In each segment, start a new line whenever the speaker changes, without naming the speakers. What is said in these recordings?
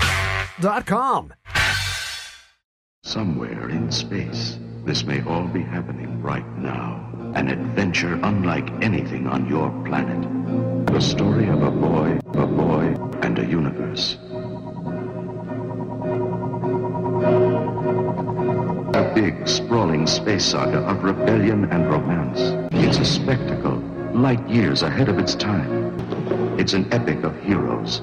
WebRadioInternational.com.
Somewhere in space, this may all be happening right now. An adventure unlike anything on your planet. The story of a boy, a boy, and a universe. A big, sprawling space saga of rebellion and romance. It's a spectacle, light years ahead of its time. It's an epic of heroes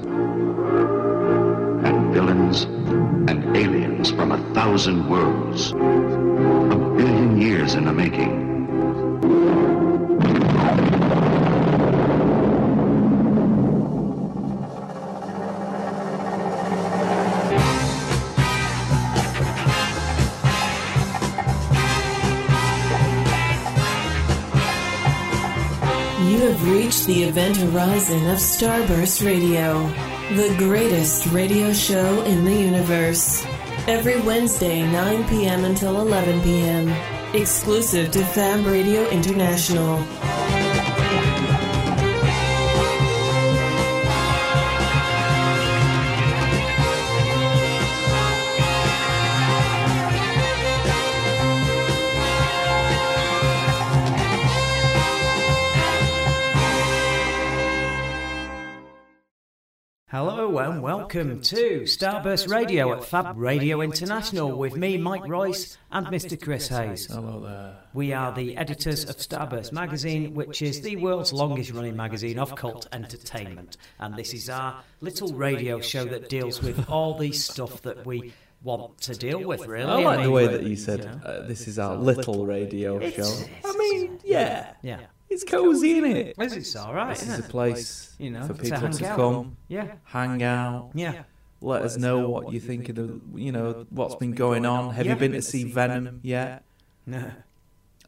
and villains and aliens from a thousand worlds. A billion years in the making.
You have reached the event horizon of Starburst Radio, the greatest radio show in the universe. Every Wednesday, 9 p.m. until 11 p.m., exclusive to Fab Radio International.
Hello and welcome to Starburst Radio at Fab Radio International with me, Mike Royce, and Mr. Chris Hayes.
Hello there.
We are the editors of Starburst Magazine, which is the world's longest running magazine of cult entertainment. And this is our little radio show that deals with all the stuff that we want to deal with, really.
I like
mean,
the way that you said uh, this is our little radio show. I mean, yeah,
Yeah.
it's cozy, isn't it?
This is all right,
This is
isn't
a
it?
place
You know,
for
to
people
hang
to
out.
come,
Yeah.
hang out.
Yeah.
Let us know what you think of the, you know, what's been going on. Have you
Yeah.
been to see Venom yet?
No.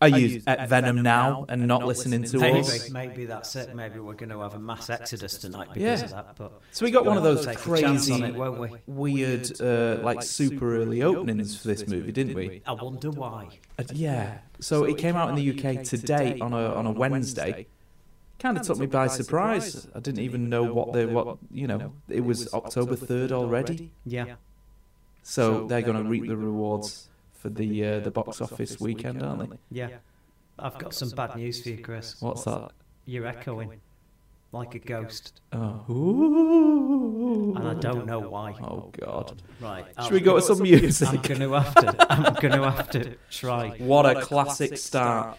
Are you at Venom now and not listening to
Maybe,
us?
maybe that's it. Maybe we're going to have a mass exodus tonight because
Yeah.
of that. But
So we got one of those
Take a chance on
crazy,
it, won't we?
weird, uh, like super early openings for this movie, didn't we?
I wonder why.
Uh, yeah. So, it came out in the UK today on a on a Wednesday. Kind of took me by surprise. I didn't even know what they what you know. It was October third already.
Yeah.
So they're going to reap the rewards for the uh, the box office weekend, aren't they?
Yeah. I've got some bad news for you, Chris.
What's that?
You're echoing like a ghost,
Oh,
and I
Ooh.
don't know why.
oh God!
Right.
Should we go to some
I'm
music?
going to have to. I'm going to have to try.
What a classic start!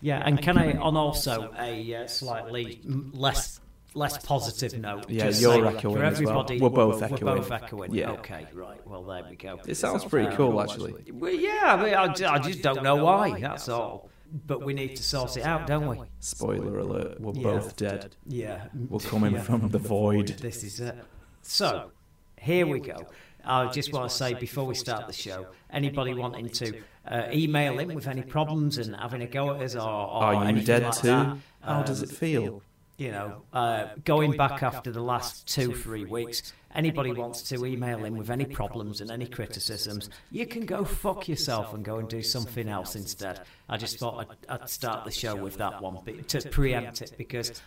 Yeah, and can I, on also a uh, slightly m- less less positive note?
Yeah,
just
you're
say
echoing
For
as well.
everybody,
We're both
We're
echoing.
both echoing.
Yeah.
Okay. Right. Well, there we go. Um,
It sounds pretty cool, actually.
Well, yeah, I, mean, I, ju- I just don't know why. That's all. But we need to sort it out, don't we?
Spoiler alert: We're
Yeah.
both dead.
Yeah.
We're coming
Yeah.
from the void.
This is it. So, here we go. I just want to say before we start the show, anybody wanting to uh, email in with any problems and having a go at us or, or
Are you
anything
dead
like that,
too? How does
um,
it feel?
you know, uh, going back after the last two, three weeks, anybody wants to email in with any problems and any criticisms, you can go fuck yourself and go and do something else instead. I just thought I'd, I'd start the show with that one bit to preempt it because,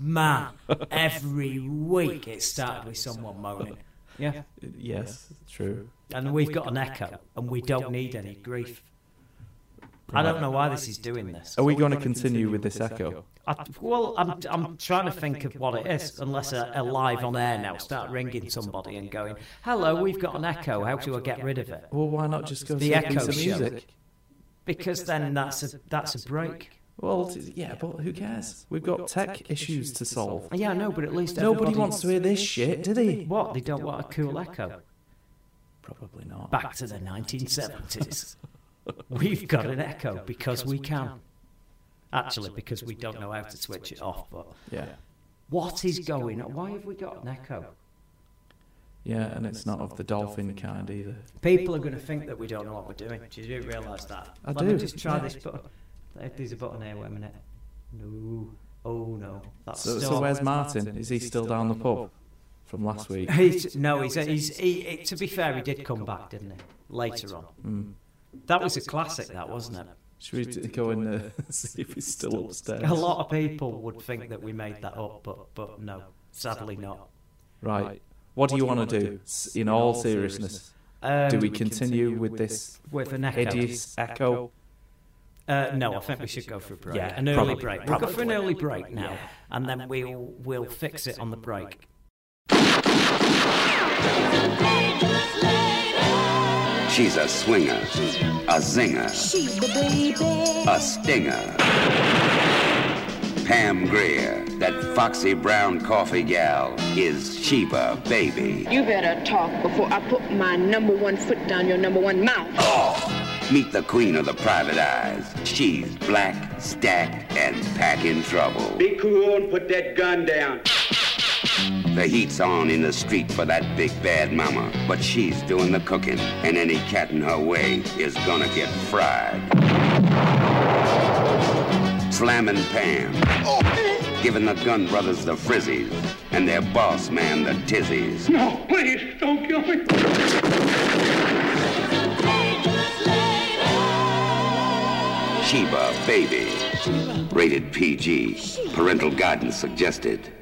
man, every week it started with someone moaning. Yeah.
Yes, true.
And we've got an echo and we don't need any grief. I don't know why this is doing this.
Are we going to continue with this echo?
I, well, I'm, I'm, trying, to think, of what it is, unless uh, a, a live on air now start ringing somebody and going, hello, we've got an echo, how do I get rid of it?
Well, why not just go
The
to a piece
echo
of
show.
music?
Because then that's a, that's a break.
Well, t- yeah, but who cares? We've got tech issues to solve.
Yeah, no, but at least
Nobody
everybody-
wants to hear this shit, did he?
What? They don't want a cool echo.
Probably not.
Back to the 1970s. We've got an echo because we can. Actually, because we don't know how to switch it off, but
Yeah,
what is going on? Why have we got an echo?
yeah, and it's not of the dolphin kind either.
People are going to think that we don't know what we're doing. Do you realise that?
I
Let
do,
me just try
yeah.
this button. There- There's a button here. Wait a minute. No. Oh no. That's
So,
still.
so where's Martin? Is he still down the pub from last week?
He's, no, he's, he's he, he, to be fair, he did come back, didn't he? Later on. That was a classic, that wasn't it?
Should we d- go and uh, see if he's still upstairs?
A lot of people would think that we made that up, but but no. Sadly not.
Right. What do you want to do? S- In all seriousness,
Um,
do we continue with this
with an echo?
hideous echo?
Uh, no, I think we should go for a break.
Yeah,
an early
probably.
break. We'll go for an early break now, and then we'll we'll fix it on the break.
She's a swinger, a zinger. She's the baby. A stinger. Pam Greer, that foxy brown coffee gal, is Sheba Baby.
You better talk before I put my number one foot down your number one mouth.
Oh, meet the queen of the private eyes. She's black, stacked, and packing trouble.
Be cool and put that gun down.
The heat's on in the street for that big bad mama, but she's doing the cooking, and any cat in her way is gonna get fried. Slamming Pam, giving the gun brothers the frizzies, and their boss man the tizzies.
No, please, don't kill me.
Sheba Baby, rated PG, parental guidance suggested.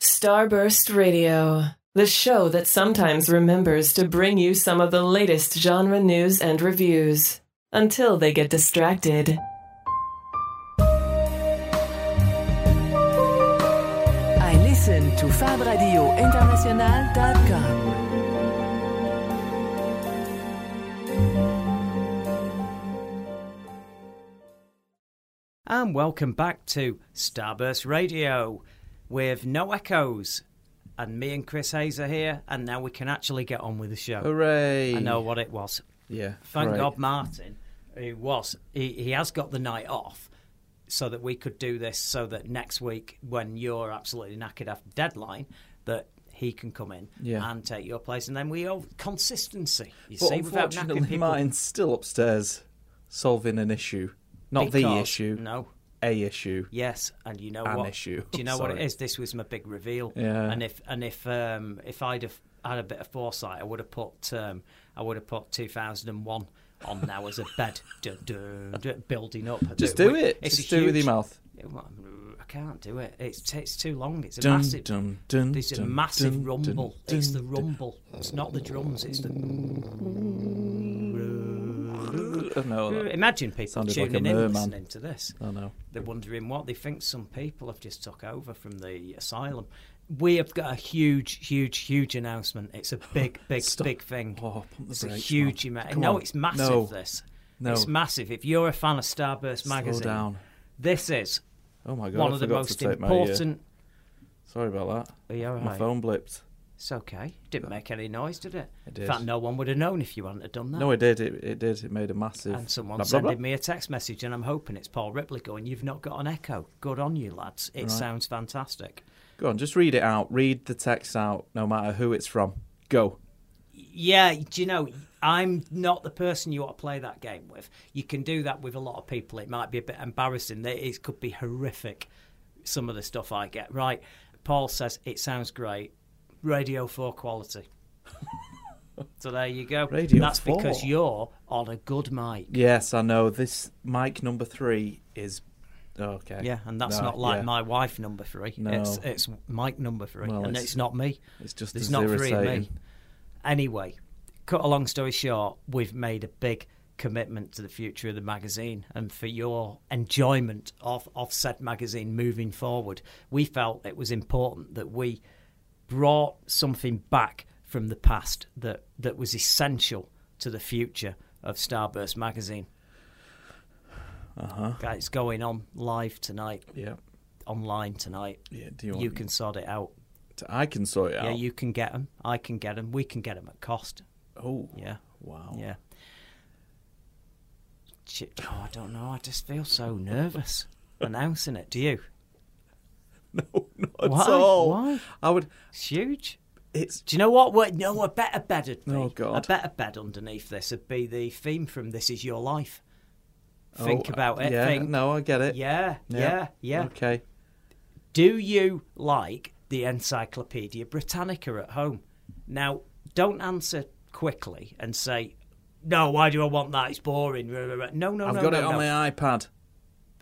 Starburst Radio, the show that sometimes remembers to bring you some of the latest genre news and reviews until they get distracted.
I listen to FabRadioInternational.com.
And welcome back to Starburst Radio with no echoes. And me and Chris Hayes are here, and now we can actually get on with the show.
Hooray!
I know what it was.
Yeah.
Thank
right.
God Martin, who was, he, he has got the night off so that we could do this so that next week, when you're absolutely knackered after deadline, that he can come in
Yeah.
and take your place. And then we all consistency, you
But
see, without knacking
unfortunately,
people.
mine's still upstairs solving an issue. Not the
Because-
issue,
No,
a issue.
Yes, and you know
An
what?
issue.
Do you know what it
Sorry.
is? This was my big reveal.
Yeah.
And if and if um, if I'd have had a bit of foresight, I would have put um, I would have put 2001 on now as a bed, Dun, dun, dun, building up.
Just
But
do
we-
it.
It's a
Just do it with your
huge-
mouth.
It- well, I can't do it. It's it's too long. It's a
Dun,
massive.
dun, dun,
there's a
dun,
massive
dun,
rumble.
dun,
it's the
dun,
rumble. It's not the drums. It's the.
Oh, no, that-
Imagine people
Sounded like a
tuning in
merman.
listening to this.
oh, no.
They're wondering what they think some people have just took over from the asylum. We have got a huge, huge, huge announcement. It's a big, big,
Stop.
big thing.
Oh, pump the
it's a
brakes,
huge
man.
amount.
Come
No,
on.
it's massive.
No.
This,
No.
it's massive. If you're a fan of Starburst magazine,
down.
this is
Oh, my God.
one
I
of the
forgot
most
to take my, uh,
important.
sorry about that.
Are you all
My
right?
phone blipped.
It's okay. Didn't make any noise, did it?
It
In
did.
fact, no one would have known if you hadn't have done that.
No, it did. It, it did. It made a massive.
And someone
blah, blah,
sending
blah.
me a text message, and I'm hoping it's Paul Ripley going, You've not got an echo. Good on you, lads. It sounds fantastic.
Go on, just read it out. Read the text out, no matter who it's from. Go.
Yeah, do you know, I'm not the person you want to play that game with. You can do that with a lot of people. It might be a bit embarrassing. They- It could be horrific, some of the stuff I get. Right, Paul says, it sounds great. Radio 4 quality. so there you go.
Radio
That's
4.
because you're on a good mic.
Yes, I know. This mic number three is. oh, Okay.
Yeah, and that's
No,
not like
yeah.
my wife number three.
No.
It's it's Mike number three,
Well,
and it's,
it's-
not me.
it's just
there's
as
not three of me.
irritating.
Anyway, cut a long story short, we've made a big commitment to the future of the magazine and for your enjoyment of of said magazine moving forward. We felt it was important that we brought something back from the past that that was essential to the future of Starburst magazine.
Uh-huh.
Uh huh. It's going on live tonight
Yeah.
online tonight.
Yeah, do you
you
want-
can sort it out.
I can sort it
Yeah,
out.
you can get them. I can get them. We can get them at cost.
Oh.
Yeah.
Wow.
Yeah. Ch- Oh, I don't know. I just feel so nervous announcing it. Do you?
No, not
Why?
at all.
Why?
I would.
It's huge.
It's
Do you know what? would- No, a better bed would be.
Oh, God.
A better bed underneath this would be the theme from This Is Your Life. Think
Oh,
about it.
Yeah.
Think.
No, I get it.
Yeah, yeah, yeah.
Okay.
Do you like the Encyclopedia Britannica at home? Now, don't answer quickly and say, no, why do I want that? It's boring. No, no, no.
I've
no,
got it
no.
on my iPad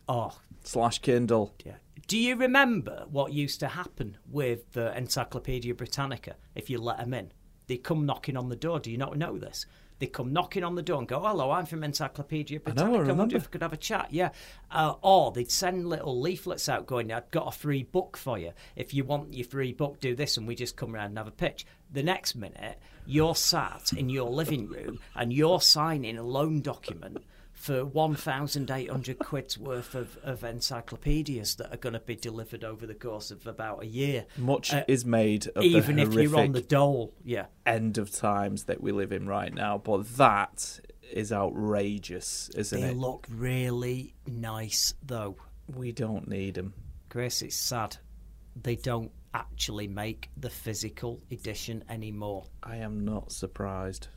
Oh,
slash Kindle.
yeah. Do you remember what used to happen with the Encyclopedia Britannica if you let them in? They come knocking on the door. Do you not know this? They come knocking on the door and go, "Hello, I'm from Encyclopedia
I know, I
Britannica. wonder
remember.
if we could have a chat." Yeah, uh, or they'd send little leaflets out going, "I've got a free book for you. If you want your free book, do this," and we just come round and have a pitch. The next minute, you're sat in your living room and you're signing a loan document for 1,800 quid's worth of, of encyclopedias that are going to be delivered over the course of about a year.
Much
Uh,
is made of
even
the
if you're on the
horrific
dole, yeah.
end of times that we live in right now, but that is outrageous, isn't
They
it?
look really nice, though.
we don't need them.
Chris, it's sad. They don't actually make the physical edition anymore.
I am not surprised.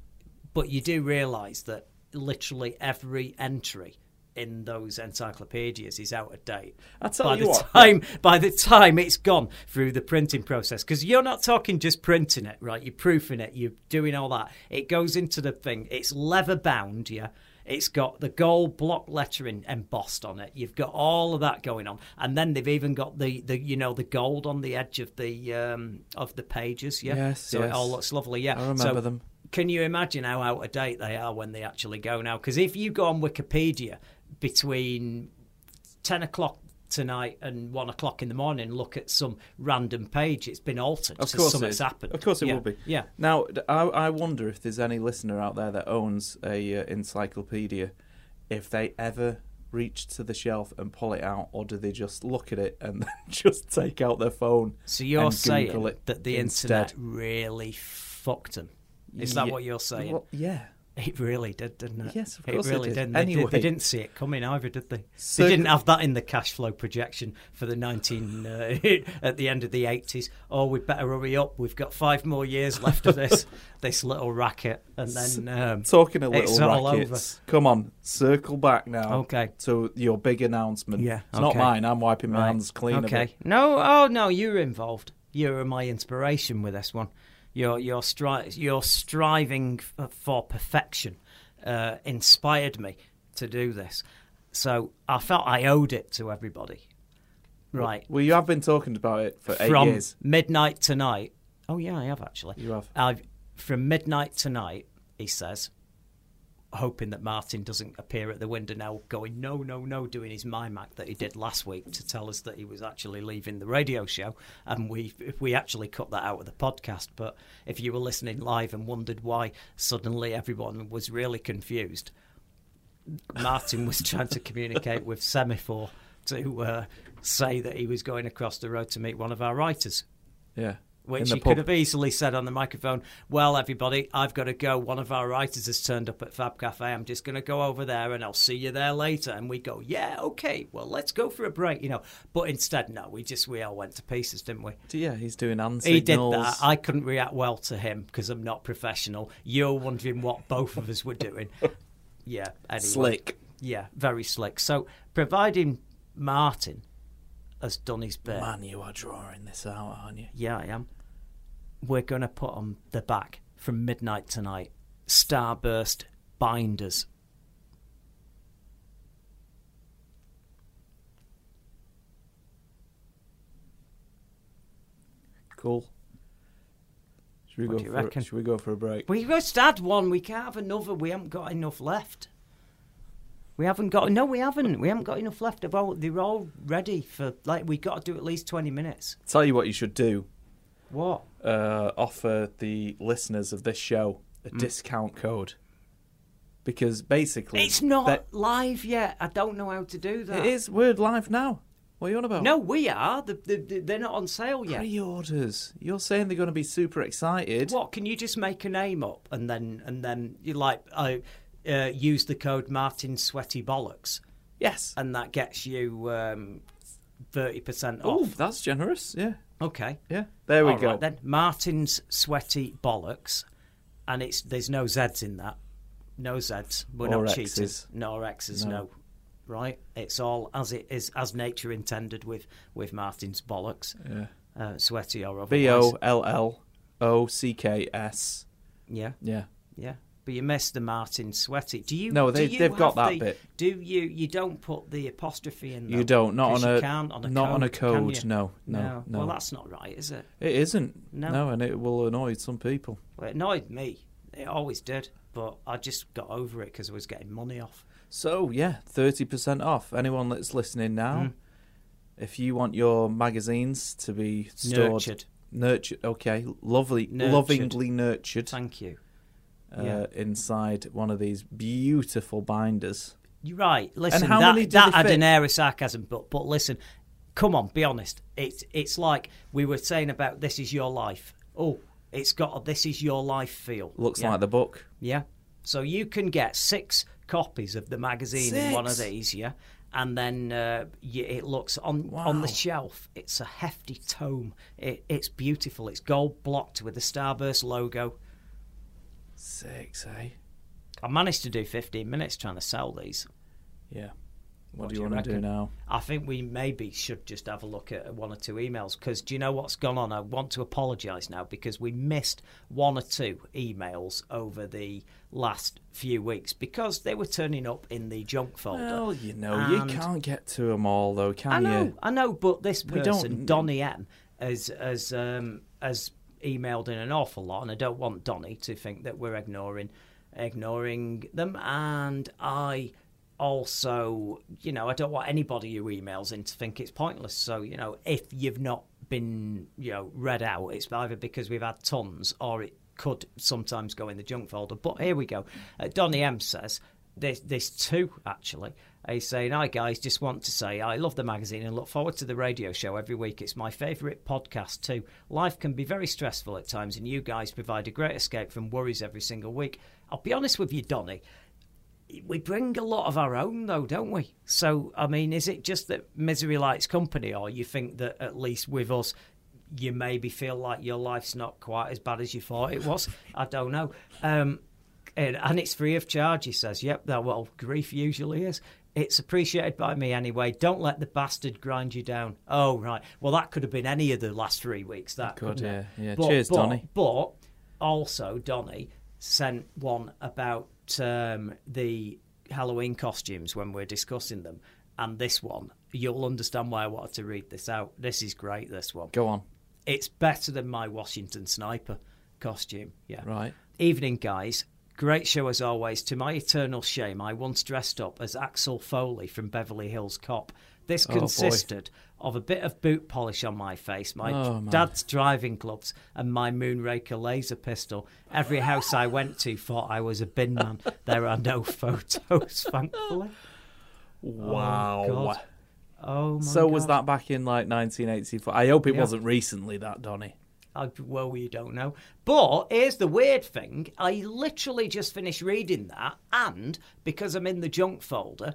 But you do realise that literally every entry in those encyclopedias is out of date.
I tell
by
you
the
what,
time by the time it's gone through the printing process because you're not talking just printing it right you're proofing it you're doing all that it goes into the thing it's leather bound yeah it's got the gold block lettering embossed on it you've got all of that going on and then they've even got the, the you know the gold on the edge of the um of the pages yeah
Yes,
so it
yes.
all looks lovely yeah
I remember
So
them.
can you imagine how out of date they are when they actually go now because if you go on wikipedia between 10 o'clock tonight and 1 o'clock in the morning look at some random page it's been altered
Of
so
course, it
something's
is.
happened
Of course, it
yeah.
will be.
yeah
Now, d- I, I wonder if there's any listener out there that owns a uh, encyclopedia, if they ever reach to the shelf and pull it out, or do they just look at it and then just take out their phone?
so you're
and
saying
Google it
that the
instead?
internet really fucked them is that
Ye-
what you're saying
Well, yeah.
it really did didn't it
Yes, of course it
it really
did.
not they, did,
Anyway.
they didn't see it coming either did they
So-
they didn't have that in the cash flow projection for the 19 uh, at the end of the 80s oh we'd better hurry up we've got five more years left of this this little racket and then um,
Talking a little
it's
rackets.
all over.
Come on, circle back now.
Okay.
To your big announcement.
Yeah,
It's not
okay.
mine. I'm wiping my hands clean.
Okay.
Of it.
No. Oh no, you're involved. You're my inspiration with this one. Your your stri- your striving f- for perfection uh, inspired me to do this. So I felt I owed it to everybody. Right.
Well, you have been talking about it for eight
from
years.
midnight tonight. Oh yeah, I have actually.
You have.
I've, from midnight tonight, he says, hoping that Martin doesn't appear at the window now, going no, no, no, doing his mime act that he did last week to tell us that he was actually leaving the radio show, and we we actually cut that out of the podcast. But if you were listening live and wondered why suddenly everyone was really confused, Martin was trying to communicate with Semaphore to uh, say that he was going across the road to meet one of our writers,
Yeah.
which
In the
he
pub.
could have easily said on the microphone, Well, everybody, I've got to go. One of our writers has turned up at Fab Cafe. I'm just going to go over there and I'll see you there later. And we go, Yeah, okay, well, let's go for a break, you know. But instead, no, we just, we all went to pieces, didn't we?
Yeah, he's doing hand
He did
signals.
that. I couldn't react well to him because I'm not professional. You're wondering what both of us were doing. Yeah, anyway.
Slick.
Yeah, very slick. So, providing Martin has done his bit,
Man, you are drawing this out, aren't you?
yeah, I am. We're going to put on the back from midnight tonight Starburst binders.
Cool. Should we
What
go
do you
for
reckon?
Should we go for a break?
We just had one. We can't have another. We haven't got enough left. We haven't got. No, we haven't. We haven't got enough left. They're all, they're all ready for. Like, we got to do at least 20 minutes.
Tell you what you should do.
What?
Uh, offer the listeners of this show a
Mm.
discount code. Because basically
It's not
that-
live yet. I don't know how to do that.
it is word live now. What are you on about?
No, we are. The, the, the, they're not on sale yet.
Pre-orders. You're saying they're going to be super excited.
What can you just make a name up and then and then you like I uh, use the code Martin Sweaty Bollocks
Yes.
and that gets you um, thirty percent
Oh,
off.
that's generous. Yeah.
Okay.
Yeah. There we
All
go.
right then Martin's Sweaty Bollocks, and it's there's no Z's in that. No Z's. We're
Or
not
X's.
cheaters. No X's. No. Right. It's all as it is as nature intended with with Martin's Bollocks. Yeah. Uh, sweaty or otherwise.
B O L L O C K S.
Yeah.
Yeah.
Yeah. but you missed the Martin Sweaty. Do you?
No,
do
they-
you
they've
have
got that
the-
bit.
Do you? You don't put the apostrophe in.
You
though,
don't, not
'cause
on
you
a-
can't on a
not
code,
on a
can
code,
you?
no, no, no.
Well, that's not right, is it?
It isn't.
No.
no, and it will annoy some people.
Well, it annoyed me. It always did, but I just got over it because I was getting money off.
So yeah, thirty percent off. Anyone that's listening now,
Hmm.
if you want your magazines to be stored,
Nurtured.
nurtured, okay, lovely,
Nurtured.
lovingly nurtured
Thank you.
uh,
yeah.
inside one of these beautiful binders.
You're right. Listen,
how
that,
many do
that
they
had
fit?
an air of sarcasm, but but listen, come on, be honest. It's it's like we were saying about this is your life. Oh, it's got a this is your life feel.
Looks
yeah.
like the book.
yeah. So you can get six copies of the magazine in one of
Six?
these, yeah, and then uh, you, it looks on on the
Wow.
shelf. It's a hefty tome. It, it's beautiful. It's gold blocked with the Starburst logo.
Six, eh?
I managed to do 15 minutes trying to sell these.
Yeah. What, do
do
you
you
want to do
reckon?
now?
I think we maybe should just have a look at one or two emails because do you know what's gone on? I want to apologise now because we missed one or two emails over the last few weeks because they were turning up in the junk folder.
Well, you know,
And-
you can't get to them all though, can
I know,
you?
I know, but this
We
person,
don't-
Donnie M, has has um, has emailed in an awful lot, and I don't want Donnie to think that we're ignoring ignoring them. And I also, you know, I don't want anybody who emails in to think it's pointless. So, you know, if you've not been, you know, read out, it's either because we've had tons or it could sometimes go in the junk folder. But here we go. Uh, Donnie M says there's, there's two actually. He's saying, Hi guys, just want to say I love the magazine and look forward to the radio show every week. It's my favourite podcast too. Life can be very stressful at times, and you guys provide a great escape from worries every single week. I'll be honest with you, Donny. We bring a lot of our own though, don't we? So, I mean, is it just that misery likes company, or you think that at least with us, you maybe feel like your life's not quite as bad as you thought it was? I don't know. Um, and, and it's free of charge, he says. Yep, that well, grief usually is. It's appreciated by me anyway. Don't let the bastard grind you down. Oh right, well that could have been any of the last three weeks. That
Could,
couldn't it?
yeah, yeah. Cheers, Donny.
But also, Donny sent one about um, the Halloween costumes when we're discussing them, and this one. You'll understand why I wanted to read this out. This is great. This one
Go on.
it's better than my Washington sniper costume. Yeah.
Right.
Evening, guys. Great show as always. To my eternal shame, I once dressed up as Axel Foley from Beverly Hills Cop. This
Oh, boy.
consisted of a bit of boot polish on my face, my
Oh, man.
dad's driving gloves, and my Moonraker laser pistol. Every house I went to thought I was a bin man. There are no photos, thankfully.
Wow.
God. Oh my
So was
God.
that back in like 1984? I hope it
Yeah.
wasn't recently that Donny.
I, Uh, well, you don't know. But here's the weird thing I literally just finished reading that, and because I'm in the junk folder,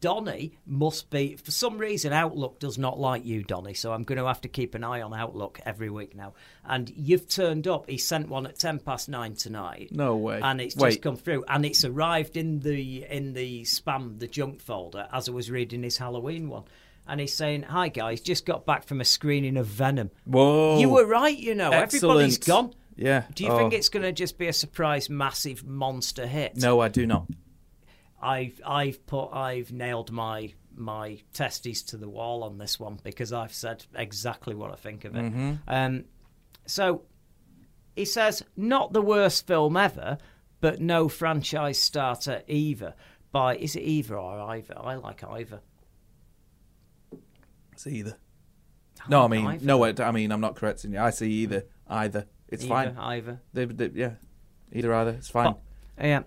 Donny must be, for some reason, Outlook does not like you, Donny. So I'm going to have to keep an eye on Outlook every week now. And you've turned up. He sent one at 10 past nine tonight.
No way.
And it's
Wait.
just come through. And it's arrived in the in the spam, the junk folder, as I was reading his Halloween one. And he's saying, Hi, guys, just got back from a screening of Venom.
Whoa.
You were right, you know. Everybody's
Oh, Excellent.
gone.
Yeah.
Do you
Oh.
think it's going to just be a surprise, massive monster hit?
No, I do not.
I've I've put I've nailed my my testes to the wall on this one because I've said exactly what I think of it.
Mm-hmm.
Um, so he says not the worst film ever, but no franchise starter either. By is it either or either? I like either.
I see either. No, I mean,
either.
no, wait, I mean, I'm not correcting you. I see either. Either. It's fine.
Either, either.
They- they- yeah. Either, either. It's fine.
Oh, yeah.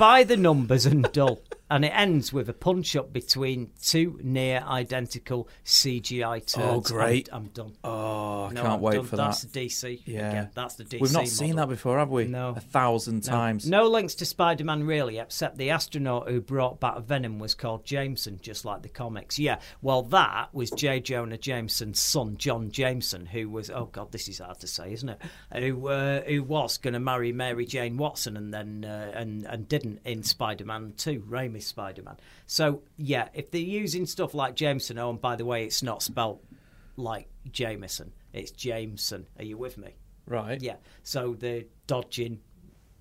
By the numbers and dull. And it ends with a punch up between two near identical CGI turns.
Oh, great.
I'm, I'm done.
Oh, I
No,
can't
I'm
wait
done.
for
that's
that.
That's the DC.
Yeah.
Again, that's the DC.
We've not seen
model.
that before, have we?
No.
A thousand times.
No links to Spider Man really, except the astronaut who brought back Venom was called Jameson, just like the comics. Yeah, well, that was J. Jonah Jameson's son, John Jameson, who was, oh God, this is hard to say, isn't it? Who, uh, who was going to marry Mary Jane Watson and then uh, and, and didn't in Spider Man 2, Raimi's Spider Man. So, yeah, if they're using stuff like Jameson, oh, and by the way, it's not spelt like Jameson, it's Jameson. Are you with me?
Right.
Yeah. So they're dodging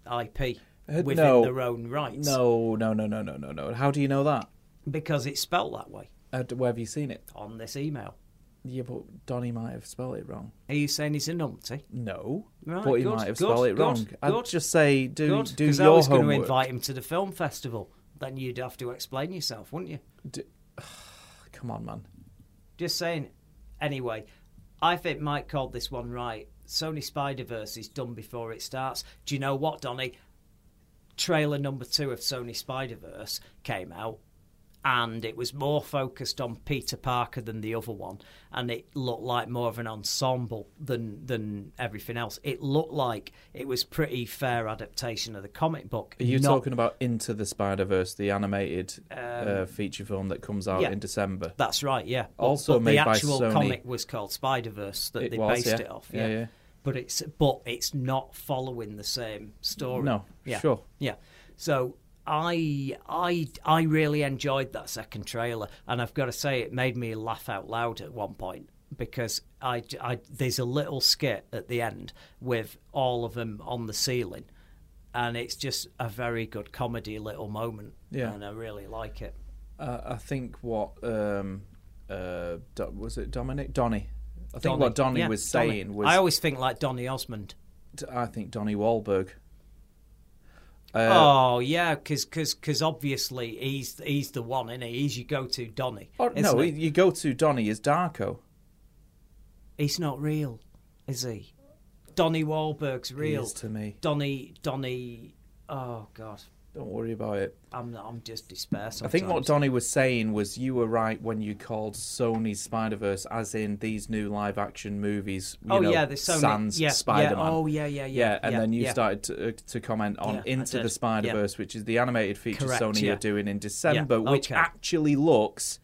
IP
Uh,
within
no.
their own rights.
No, no, no, no, no, no, no. How do you know that?
Because it's spelled that way
Uh, d- where have you seen it?
on this email.
Yeah, but Donnie might have spelled it wrong.
Are you saying he's a numpty?
No,
Right,
but he
good,
might have
good,
spelled it
good,
wrong. I'd
good,
just say do
Good,
do
because I
your
was going to
homework.
invite him to the film festival. Then you'd have to explain yourself, wouldn't you?
Come on, man.
Just saying. Anyway, I think Mike called this one right. Sony Spider Verse is done before it starts. Do you know what, Donny? Trailer number two of Sony Spider Verse came out, and it was more focused on Peter Parker than the other one, and it looked like more of an ensemble than than everything else. It looked like it was pretty fair adaptation of the comic book.
Are you
not- Um,
talking about Into the Spider Verse, the animated uh, feature film that comes out
yeah.
in December?
That's right, yeah. But-
Also
but
made
the
by
actual
Sony.
comic was called Spider Verse that
It
they
was,
based
yeah.
it off.
Yeah,
Yeah.
yeah.
But it's but it's not following the same story.
No,
yeah.
sure.
Yeah. So I I I really enjoyed that second trailer, and I've got to say it made me laugh out loud at one point because I, I there's a little skit at the end with all of them on the ceiling, and it's just a very good comedy little moment.
Yeah.
and I really like it.
Uh, I think what um, uh, Do- was it Dominic Donnie? I think
Donny.
what Donnie
Yeah,
was
Donny.
saying was
I always think like Donny Osmond.
I think Donnie Wahlberg. Uh,
oh yeah, because obviously he's he's the one, is he? He's your go-to Donny.
Or,
isn't
Oh, no,
he?
you go to Donnie is Darko.
he's not real, is he? Donny Wahlberg's real
is to me.
Donny Donny. Oh god,
Don't worry about it.
I'm I'm just despair.
I think what
sometimes.
Donnie was saying was you were right when you called Sony's Spider Verse, as in these new live action movies. You
Oh,
know,
yeah, the Sony-
Sans
yeah, yeah.
Spider Man.
Oh, yeah, yeah, yeah,
and
yeah,
then you
yeah.
started to, uh, to comment on
Yeah, I
Into
did,
the
yeah.
Spider Verse, which is the animated feature
Correct,
Sony
yeah.
are doing in December, which
okay.
actually looks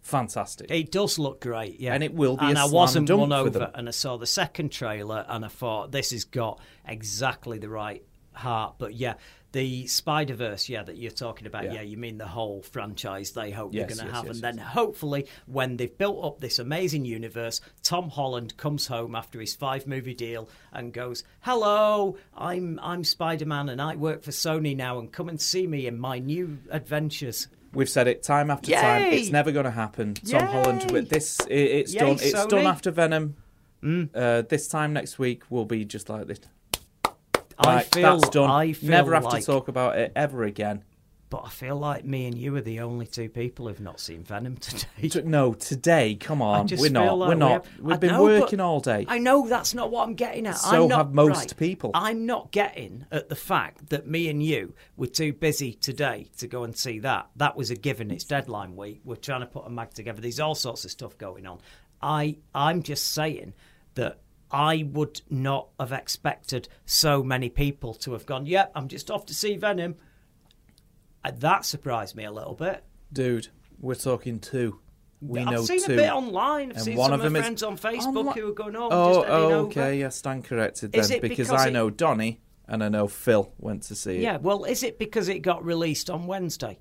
fantastic.
It does look great, yeah.
And it will be
And
a
I
slam
wasn't
dunk
won
for
over,
them.
and I saw the second trailer, and I thought this has got exactly the right heart. But yeah, the Spider Verse, yeah, that you're talking about,
Yeah.
yeah. you mean the whole franchise they hope
Yes,
they're going
yes,
to have,
yes,
and
yes.
then hopefully when they've built up this amazing universe, Tom Holland comes home after his five movie deal and goes, "Hello, I'm I'm Spider Man, and I work for Sony now, and come and see me in my new adventures."
We've said it time after time.
Yay!
It's never going to happen. Tom
Yay!
Holland, but this i it's
Yay,
done. It's done
Sony. Mm.
after Venom. Uh, this time next week will be just like this.
I
Right,
feel
that's done.
I feel
never have
like
to talk about it ever again.
But I feel like me and you are the only two people who've not seen Venom
T-
today.
No, today, come
I
on,
just
Um, we're not.
feel like
we're
we
not.
have-
We've
I
been
know, but
working all day.
I know that's not what I'm getting at.
So
I'm not,
have most
right,
people.
I'm not getting at the fact that me and you were too busy today to go and see that. That was a given. It's deadline week. We're trying to put a mag together. There's all sorts of stuff going on. I I'm just saying that I would not have expected so many people to have gone. Yep, I'm just off to see Venom. Uh, That surprised me a little bit.
Dude, we're talking two. We
I've
know
seen
two.
a bit online. I've
and
seen
one
some
of
of
them
my
is-
friends on Facebook
Online-
who are going, oh, I'm
oh,
just
oh
heading
okay.
over.
Yes, stand corrected
Is
then
it
because,
because
I
it-
know Donnie and I know Phil went to see it.
Yeah, well, is it because it got released on Wednesday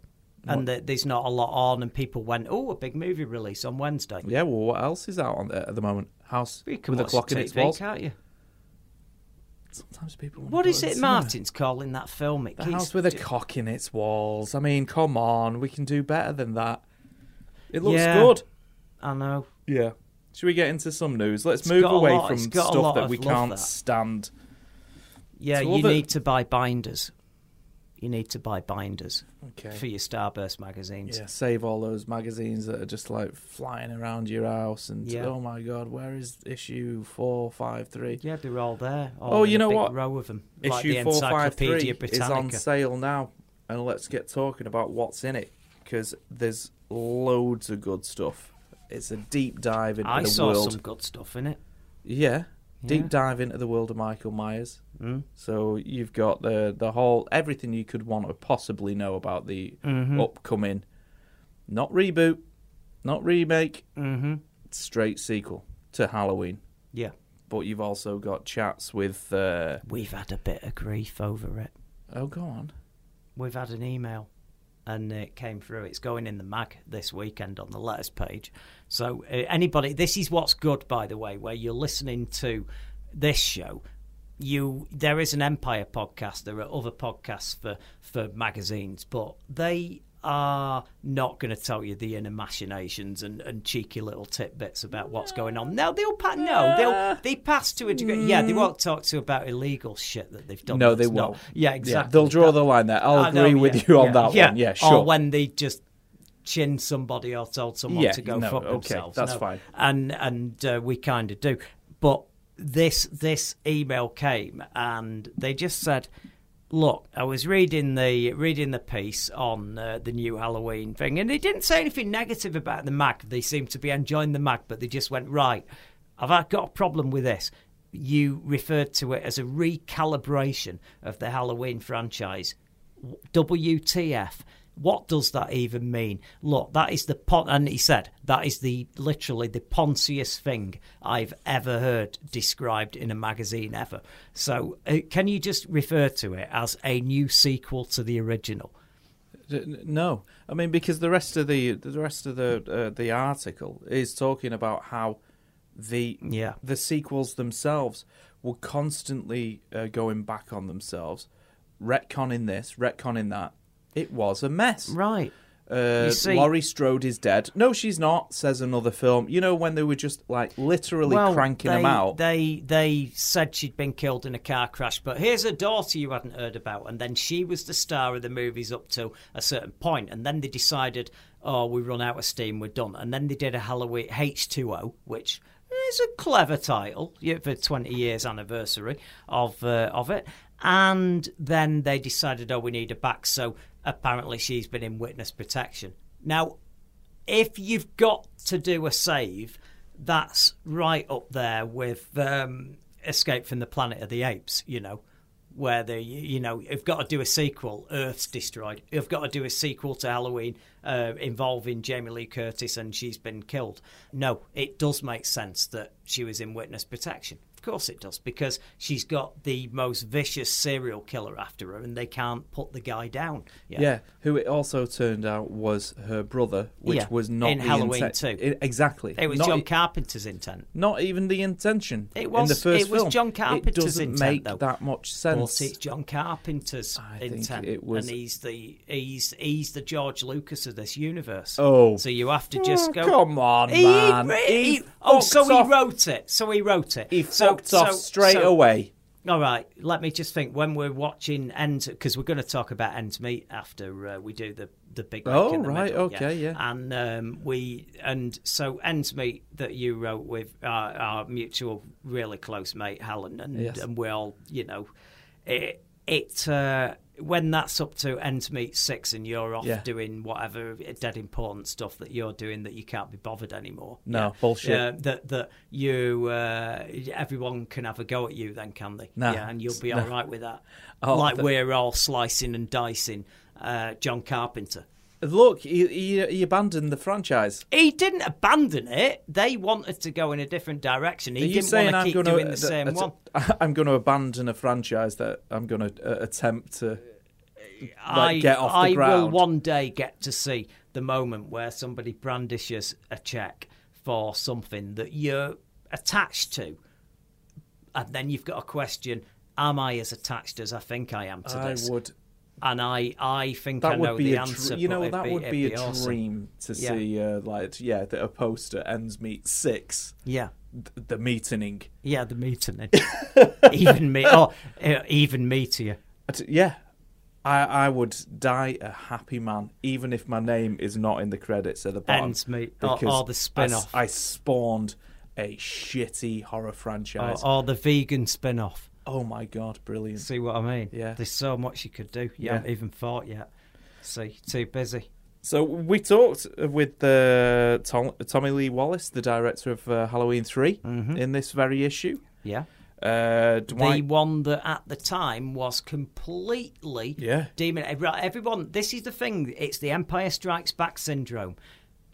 and that there's not a lot on and people went, oh, a big movie release on Wednesday?
Yeah. Well, what else is out on there at the moment? House
You can
with a
watch
clock in
TV,
its walls.
can't you?
Sometimes people. wanna
What
go
is
to the
it
cinema.
Martin's calling that film? It
The
keeps-
house with a cock in its walls. I mean, come on, we can do better than that. It looks
Yeah.
good.
I know.
Yeah. Should we get into some news? Let's
It's
move
got a
away
lot-
from
it's got a
stuff
lot
that
of
we
love
can't
that.
stand.
Yeah,
So all
you
the-
need to buy binders. You need to buy binders
Okay.
for your Starburst magazines.
Yeah, save all those magazines that are just like flying around your house and
Yeah.
oh my god, where is issue four five three?
Yeah, they're all there.
Oh,
all in
you
a
know
big
what?
Row of them, like the
Issue four five three
Encyclopedia
is on
Britannica.
sale now, and let's get talking about what's in it because there's loads of good stuff. It's a deep dive into
I
the
saw
world.
some good stuff in it.
Yeah.
Yeah.
Deep dive into the world of Michael Myers. Mm. So you've got the the whole everything you could want to possibly know about the
Mm-hmm.
upcoming, not reboot, not remake,
Mm-hmm.
straight sequel to Halloween.
Yeah.
But you've also got chats with. Uh,
We've had a bit of grief over it.
oh, go on.
We've had an email and it came through. It's going in the mag this weekend on the letters page. So, uh, anybody, this is what's good, by the way, where you're listening to this show you there is an Empire podcast. There are other podcasts for for magazines, but they are not going to tell you the inner machinations and, and cheeky little tidbits about what's going on. No, they'll pa- no Mm. they'll they pass to a degree. Yeah, they won't talk to you about illegal shit that they've done.
No, they
that's Oh, not-
won't.
Yeah, exactly.
They'll draw
That-
the line there. I'll
I know,
agree with
yeah,
you on
yeah,
that
yeah. Oh,
one. Yeah,
Or
sure.
when they just chinned somebody or told someone
Yeah,
to go
no,
fuck
okay,
themselves.
that's
No.
fine.
And and uh, we kind of do, but this this email came and they just said. Look, I was reading the reading the piece on uh, the new Halloween thing, and they didn't say anything negative about the mag. They seemed to be enjoying the mag, but they just went right. I've I've got a problem with this you referred to it as a recalibration of the Halloween franchise. WTF? What does that even mean? Look, that is the pon- and he said that is the literally the pontiest thing I've ever heard described in a magazine ever. So, uh, can you just refer to it as a new sequel to the original?
D- n- No, I mean because the rest of the the rest of the uh, the article is talking about how the
Yeah.
the sequels themselves were constantly uh, going back on themselves, retconning this, retconning that. It was a mess.
Right.
Uh,
You see-
Laurie Strode is dead. No, she's not. Says another film. You know when they were just like literally cranking
they,
them out.
They they said she'd been killed in a car crash, but here's a daughter you hadn't heard about, and then she was the star of the movies up to a certain point, and then they decided, oh, we run out of steam, we're done, and then they did a Halloween H two O, which is a clever title yeah, for twenty years anniversary of uh, of it, and then they decided, oh, we need her back, so apparently she's been in witness protection. Now, if you've got to do a save, that's right up there with um, Escape from the Planet of the Apes. You know, where they, you know, you've got to do a sequel. Earth's destroyed. You've got to do a sequel to Halloween uh, involving Jamie Lee Curtis and she's been killed. No, it does make sense that she was in witness protection. Of course it does, because she's got the most vicious serial killer after her, and they can't put the guy down.
Yeah, who it also turned out was her brother, which
Yeah,
was not
in
the
Halloween
inten-
2.
I- exactly.
It was
not, e-
John Carpenter's intent.
not even the intention.
It
in
was-
the first
it was
film.
John
It
Carpenter's
doesn't
intent,
make
though.
that much
But
sense.
it's John Carpenter's
I think
intent,
it was-
and he's the he's he's the George Lucas of this universe.
Oh.
so you have to just
Oh,
go.
come on,
He
man.
re-
He
he- oh, so
fucked off-
he wrote it. So he wrote it.
He
so,
fucked off
so-
straight
so-
away.
All right, let me just think. When we're watching End, because we're going to talk about End Meat after uh, we do the the big. Mac
Oh,
in the
right,
middle,
okay, yeah.
And um, we and so End Meat that you wrote with our, our mutual, really close mate Helen, and
Yes.
and we all, you know, it it uh, when that's up to End Meat six, and you're off
Yeah.
doing whatever dead important stuff that you're doing that you can't be bothered anymore.
No,
Yeah.
bullshit.
Yeah, that that you uh, everyone can have a go at you, then can they?
No.
Yeah, and you'll be all right with that.
Oh,
like
the-
we're all slicing and dicing uh, John Carpenter.
Look, he, he he abandoned the franchise.
He didn't abandon it. They wanted to go in a different direction. He
Are you
didn't
saying
want to
I'm
keep
going to
doing the same one.
I'm going to abandon a franchise that I'm going to uh, attempt to.
I,
get off the
I will
ground.
one day get to see the moment where somebody brandishes a check for something that you're attached to, and then you've got a question: Am I as attached as I think I am to
I
this?
would.
and I, I think I
That
know
would
the
be a dr-
answer.
you
but
know
it'd
that
be,
would
it'd
be a
awesome.
dream to
Yeah.
see uh, like yeah that a poster ends meet six
Yeah,
th- the meeting
yeah, the meeting. even me, oh, uh, even meteor.
But, yeah, I I would die a happy man, even if my name is not in the credits at the bottom.
Ends me- or-
because
or the
I s-
spin-off.
I, spawned a shitty horror franchise.
Or,
Oh,
or the vegan spin-off.
my god, brilliant!
See what I mean?
Yeah.
There's so much you could do. You
Yeah.
haven't even thought yet. See, too busy.
So we talked with uh, Tom, Tommy Lee Wallace, the director of uh, Halloween 3
Mm-hmm.
in this very issue.
Yeah.
Uh,
The
Dwight,
one that at the time was completely
Yeah.
demon. Right, everyone, this is the thing. It's the Empire Strikes Back syndrome.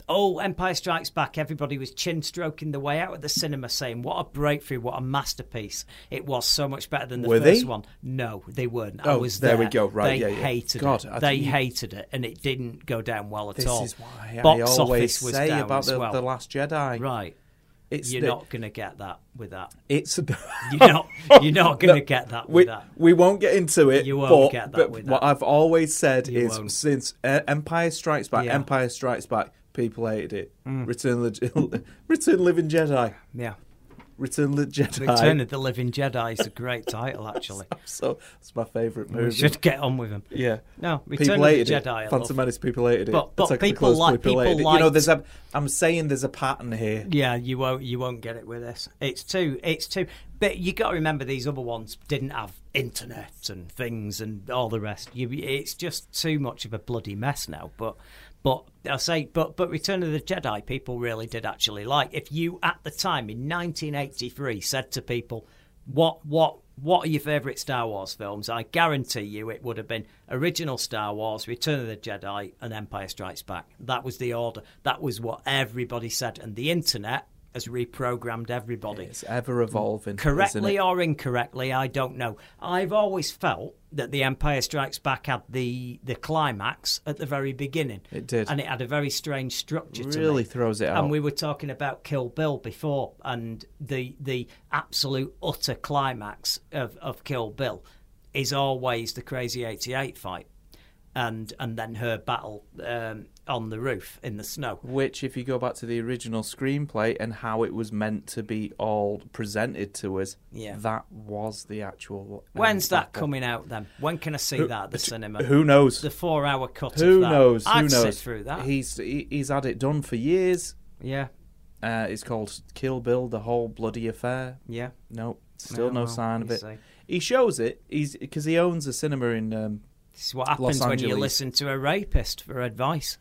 Oh, Empire Strikes Back! Everybody was chin stroking the way out of the cinema, saying, "What a breakthrough! What a masterpiece! It was so much better than the
Were they?
first one." No, they weren't. I
Oh,
was
there
there.
we go. Right,
they
yeah, yeah.
hated
God, I
it. They
didn't-
hated it, and it didn't go down well at
this
all.
is why
Box
I always
office was
say
down
about
as
the,
well.
the Last Jedi.
Right.
It's
you're
the-
not going to get that with that.
It's
You're not. You're not going to get that
we,
with that.
we won't get into it.
You won't
but,
get that
but
with
What
that.
I've always said
You
is
won't.
since uh, Empire Strikes Back,
Yeah. Mm.
Empire Strikes Back, people hated it. Return of the Return of the Living Jedi.
Yeah.
Return of the Jedi.
Return of the Living Jedi is a great title, actually.
so that's my favourite movie.
we should get on with them.
Yeah.
No, Return
people
of the
hated
Jedi, I
It.
love.
Phantom Menace, people hated it.
But- but
Attack of the
people
Clones,
like-
people
people
hated it. You know,
liked-
there's a. I'm saying there's a pattern here.
Yeah, you won't you won't get it with this. It's too it's too but you got to remember these other ones didn't have internet and things and all the rest. You, it's just too much of a bloody mess now, but but I say but but Return of the Jedi people really did actually like. If you at the time in 1983 said to people what what what are your favourite Star Wars films? I guarantee you it would have been original Star Wars, Return of the Jedi, and Empire Strikes Back. That was the order. That was what everybody said, and the internet has reprogrammed everybody
It's ever evolving.
correctly
isn't it?
or incorrectly, I don't know. I've always felt that The Empire Strikes Back had the the climax at the very beginning.
It did.
and it had a very strange structure. to
Really
me.
throws it out.
And we were talking about Kill Bill before, and the the absolute utter climax of of Kill Bill is always the Crazy Eighty Eight fight. And and then her battle um, on the roof in the snow.
Which, if you go back to the original screenplay and how it was meant to be all presented to us,
Yeah.
that was the actual. um,
When's that
battle.
coming out then? When can I see that at the cinema?
Who knows?
the four hour cut.
Who
of that.
knows?
I'd
Who knows?
sit through that.
He's he, he's had it done for years.
Yeah,
Uh, it's called Kill Bill: The Whole Bloody Affair.
yeah.
Nope, still
Oh,
no
well,
sign of
you
it.
see.
He shows it. He's because he owns a cinema in. Um,
This is what happens
Los
when you
Angeles.
listen to a rapist for advice.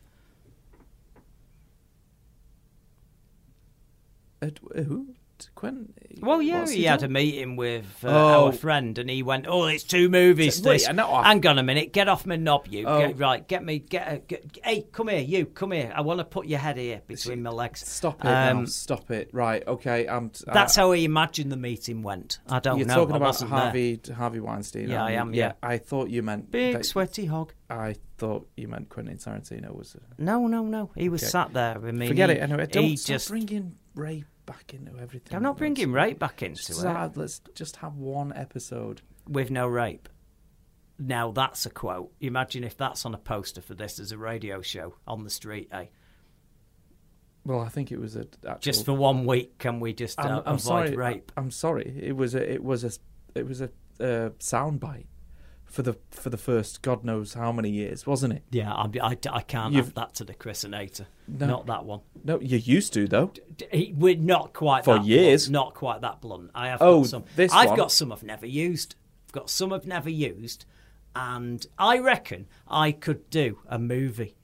Ed, who? Quentin.
Well, yeah,
what's
he had a
done?
meeting with uh,
Oh.
our friend, and he went, "Oh, it's two movies.
Wait,
this.
I know I-
Hang on a minute. Get off my knob, you.
Oh.
Get, right, get me. Get, a, get. Hey, come here, you. Come here. I want to put your head here between my legs.
Stop it! now.
Um,
Stop it! Right, okay. I'm. T- I-
That's how he imagined the meeting went. I don't
You're
know.
talking
I
about
wasn't there.
Harvey Harvey Weinstein.
Yeah,
aren't
I
you?
am, yeah.
I thought you meant
Big
that-
sweaty hog.
I thought you meant Quentin Tarantino was. A,
No, no, no. He was sat there. I mean,
forget
he,
it. Anyway, don't
he
stop
just.
bringing Ray back into everything.
I'm not bringing rape back into
Just
it.
have- let's just have one episode.
with no rape. Now that's a quote. Imagine if that's on a poster for this as a radio show on the street, eh?
Well, I think it was a actual,
Just for one week, can we just uh,
I'm, I'm
avoid
sorry.
rape?
I'm sorry. It was a. It was a. It was a uh, soundbite for the for the first God knows how many years, wasn't it?
yeah, I, I, I can't
You've-
add that to the christenator.
No.
Not that one.
No, you used to though.
D- He, we're not quite
For
that
years.
Blunt, not quite that blunt. I have
Oh,
got some.
this
I've
one.
got some I've never used. I've got some I've never used, and I reckon I could do a movie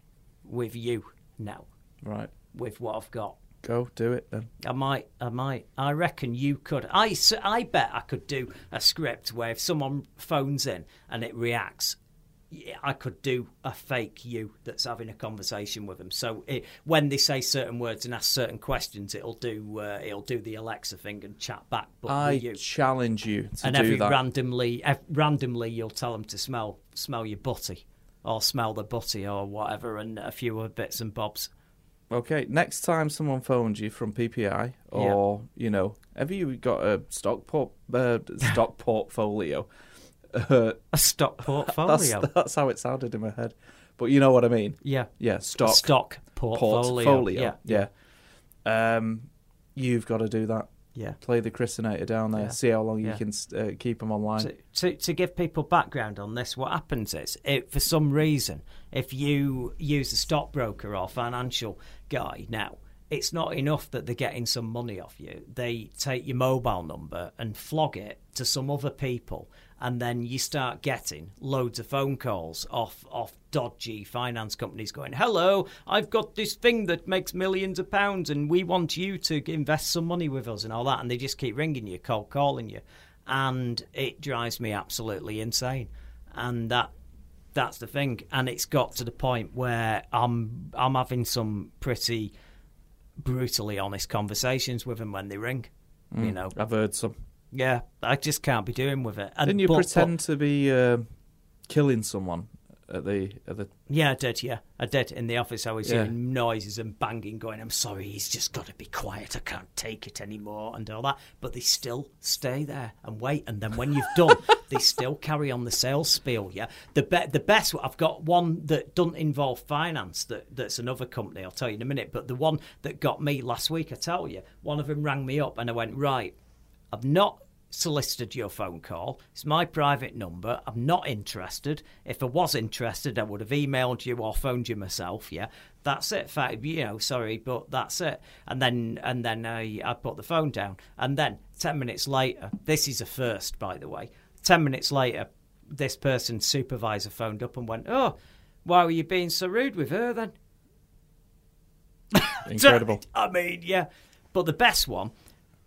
with you now
Right,
with what I've got.
go do it then.
I might, I might. I reckon you could. I, s- I bet I could do a script where if someone phones in and it reacts, yeah, I could do a fake you that's having a conversation with them. So it, when they say certain words and ask certain questions, it'll do, uh, it'll do the Alexa thing and chat back. But
I
with you.
challenge you to
and
do
every
that.
randomly, ev- randomly, you'll tell them to smell, smell your butty, or smell the butty, or whatever, and a few other bits and bobs.
Okay, next time someone phones you from PPI or you know, have you got a stock port uh, stock portfolio? Uh,
A stock
that's
portfolio.
that's how it sounded in my head, but you know what I mean.
Yeah.
Yeah, stock
Stock portfolio.
portfolio.
Yeah.
Yeah, Um, you've got to do that.
Yeah.
Play the christenator down there.
Yeah.
See how long you
Yeah.
can uh, keep them online.
To, to, to give people background on this, what happens is, if for some reason, if you use a stockbroker or financial guy now, it's not enough that they're getting some money off you. They take your mobile number and flog it to some other people, and then you start getting loads of phone calls off off dodgy finance companies going, "Hello, I've got this thing that makes millions of pounds, and we want you to invest some money with us and all that," and they just keep ringing you, cold calling you and it drives me absolutely insane. And that that's the thing. And it's got to the point where I'm I'm having some pretty brutally honest conversations with them when they ring. You know,
I've heard some.
yeah, I just can't be doing with it. And
Didn't you
but- but-
pretend to be uh, killing someone at the at the
Yeah, I did. Yeah, I did. In the office, I was
Yeah.
hearing noises and banging, going, "I'm sorry, he's just got to be quiet. I can't take it anymore," and all that. But they still stay there and wait. And then when you've done, they still carry on the sales spiel. Yeah, the be- the best. I've got one that doesn't involve finance. That that's another company. I'll tell you in a minute. But the one that got me last week, I tell you, one of them rang me up and I went, "Right, I've not solicited your phone call. It's my private number. I'm not interested. If I was interested, I would have emailed you or phoned you myself. Yeah, that's it. Fact, you know, sorry, but that's it. And then and then I, I put the phone down. And then ten minutes later, this is a first, by the way. Ten minutes later, this person's supervisor phoned up and went, "Oh, why were you being so rude with her then?"
incredible.
I mean, yeah. But the best one,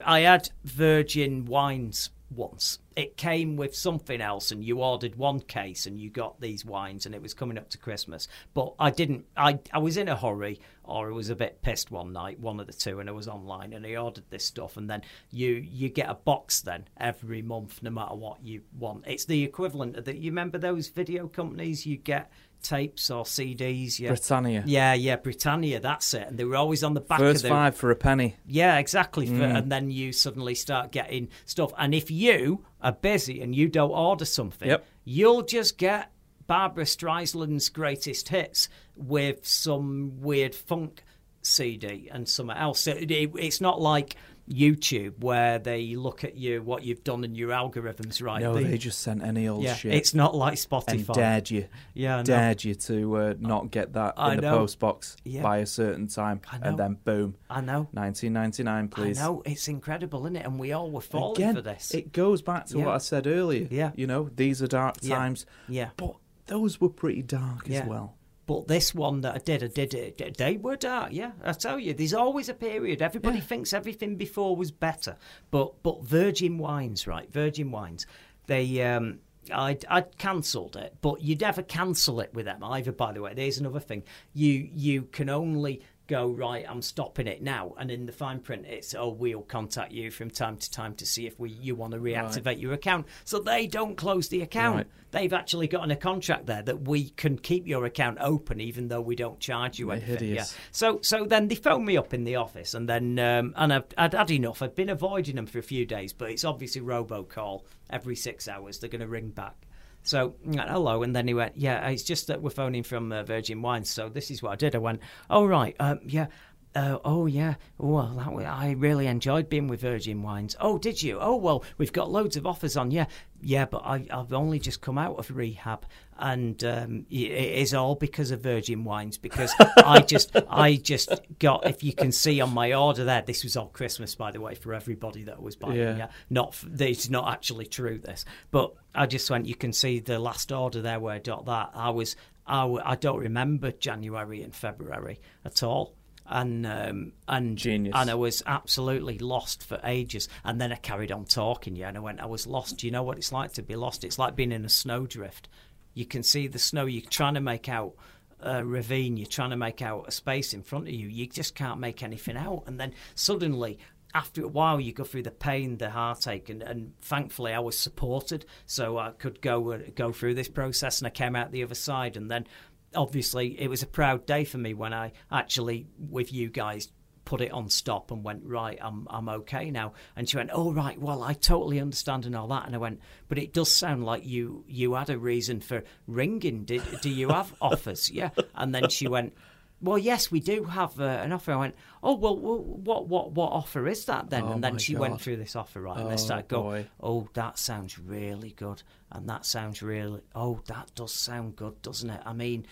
I had Virgin wines once. It came with something else, and you ordered one case, and you got these wines, and it was coming up to Christmas. But I didn't. I I was in a hurry, or I was a bit pissed one night, one of the two, and I was online, and I ordered this stuff, and then you you get a box then every month, no matter what you want. It's the equivalent of that. You remember those video companies? You get tapes or CDs. Yeah.
Britannia.
Yeah, yeah, Britannia. That's it. And they were always on the back of
First
the
five Mm. for a penny.
yeah, exactly. For- And then you suddenly start getting stuff. And if you are busy and you don't order something,
Yep.
you'll just get Barbara Streisand's greatest hits with some weird funk CD and something else. So it- it- it's not like YouTube where they look at you, what you've done, and your algorithms right.
No, they just sent any old
yeah,
shit.
it's not like
and
Spotify.
dared you,
Yeah, I know.
dared you to uh, not get that
I
in the
know.
post box
Yeah.
by a certain time,
I know.
and then boom,
I know.
1999, please.
I know it's incredible, isn't it? And we all were falling
Again,
for this.
it goes back to
Yeah.
what I said earlier.
Yeah.
you know, these are dark
Yeah.
times.
Yeah.
but those were pretty dark as well.
But this one that I did, I did it. They were dark, yeah. I tell you, there's always a period. Everybody thinks everything before was better, but but Virgin Wines, right? Virgin Wines, they. Um, I I cancelled it, but you never cancel it with them either. By the way, there's another thing. You you can only go right. I'm stopping it now, and in the fine print, it's oh we'll contact you from time to time to see if we you want to reactivate your account. So they don't close the account
Right.
they've actually gotten a contract there that we can keep your account open even though we don't charge you anything.
hideous.
Yeah. So so then they phoned me up in the office and then um, and I've, I'd had enough. I'd been avoiding them for a few days, but it's obviously robocall every six hours. They're going to ring back. So I went, hello, and then he went, yeah, it's just that we're phoning from uh, Virgin Wines. So this is what I did. I went, oh right, um, yeah. Uh, oh yeah, well that wa- I really enjoyed being with Virgin Wines. Oh, did you? Oh well, we've got loads of offers on. Yeah, yeah, but I, I've only just come out of rehab, and um, y- it is all because of Virgin Wines because I just I just got. If you can see on my order there, this was all Christmas by the way for everybody that was buying.
Yeah.
Yeah, not f- it's not actually true this, but I just went. You can see the last order there where I got that. I was I, w- I don't remember January and February at all and um, and
Genius.
and I was absolutely lost for ages. And then I carried on talking, yeah. And I went, I was lost. Do you know what it's like to be lost? It's like being in a snowdrift. You can see the snow. You're trying to make out a ravine. You're trying to make out a space in front of you. You just can't make anything out. And then suddenly. After a while, you go through the pain, the heartache, and, and thankfully I was supported, so I could go uh, go through this process, and I came out the other side. And then, obviously, it was a proud day for me when I actually, with you guys, put it on stop and went right i'm i'm okay now and she went oh right well i totally understand and all that and i went but it does sound like you you had a reason for ringing did do you have offers yeah and then she went well yes we do have uh, an offer i went oh well, well what what what offer is that then and then
Oh my
she
God.
went through this offer right and i
Oh,
started going
boy.
oh that sounds really good and that sounds really oh that does sound good doesn't it i mean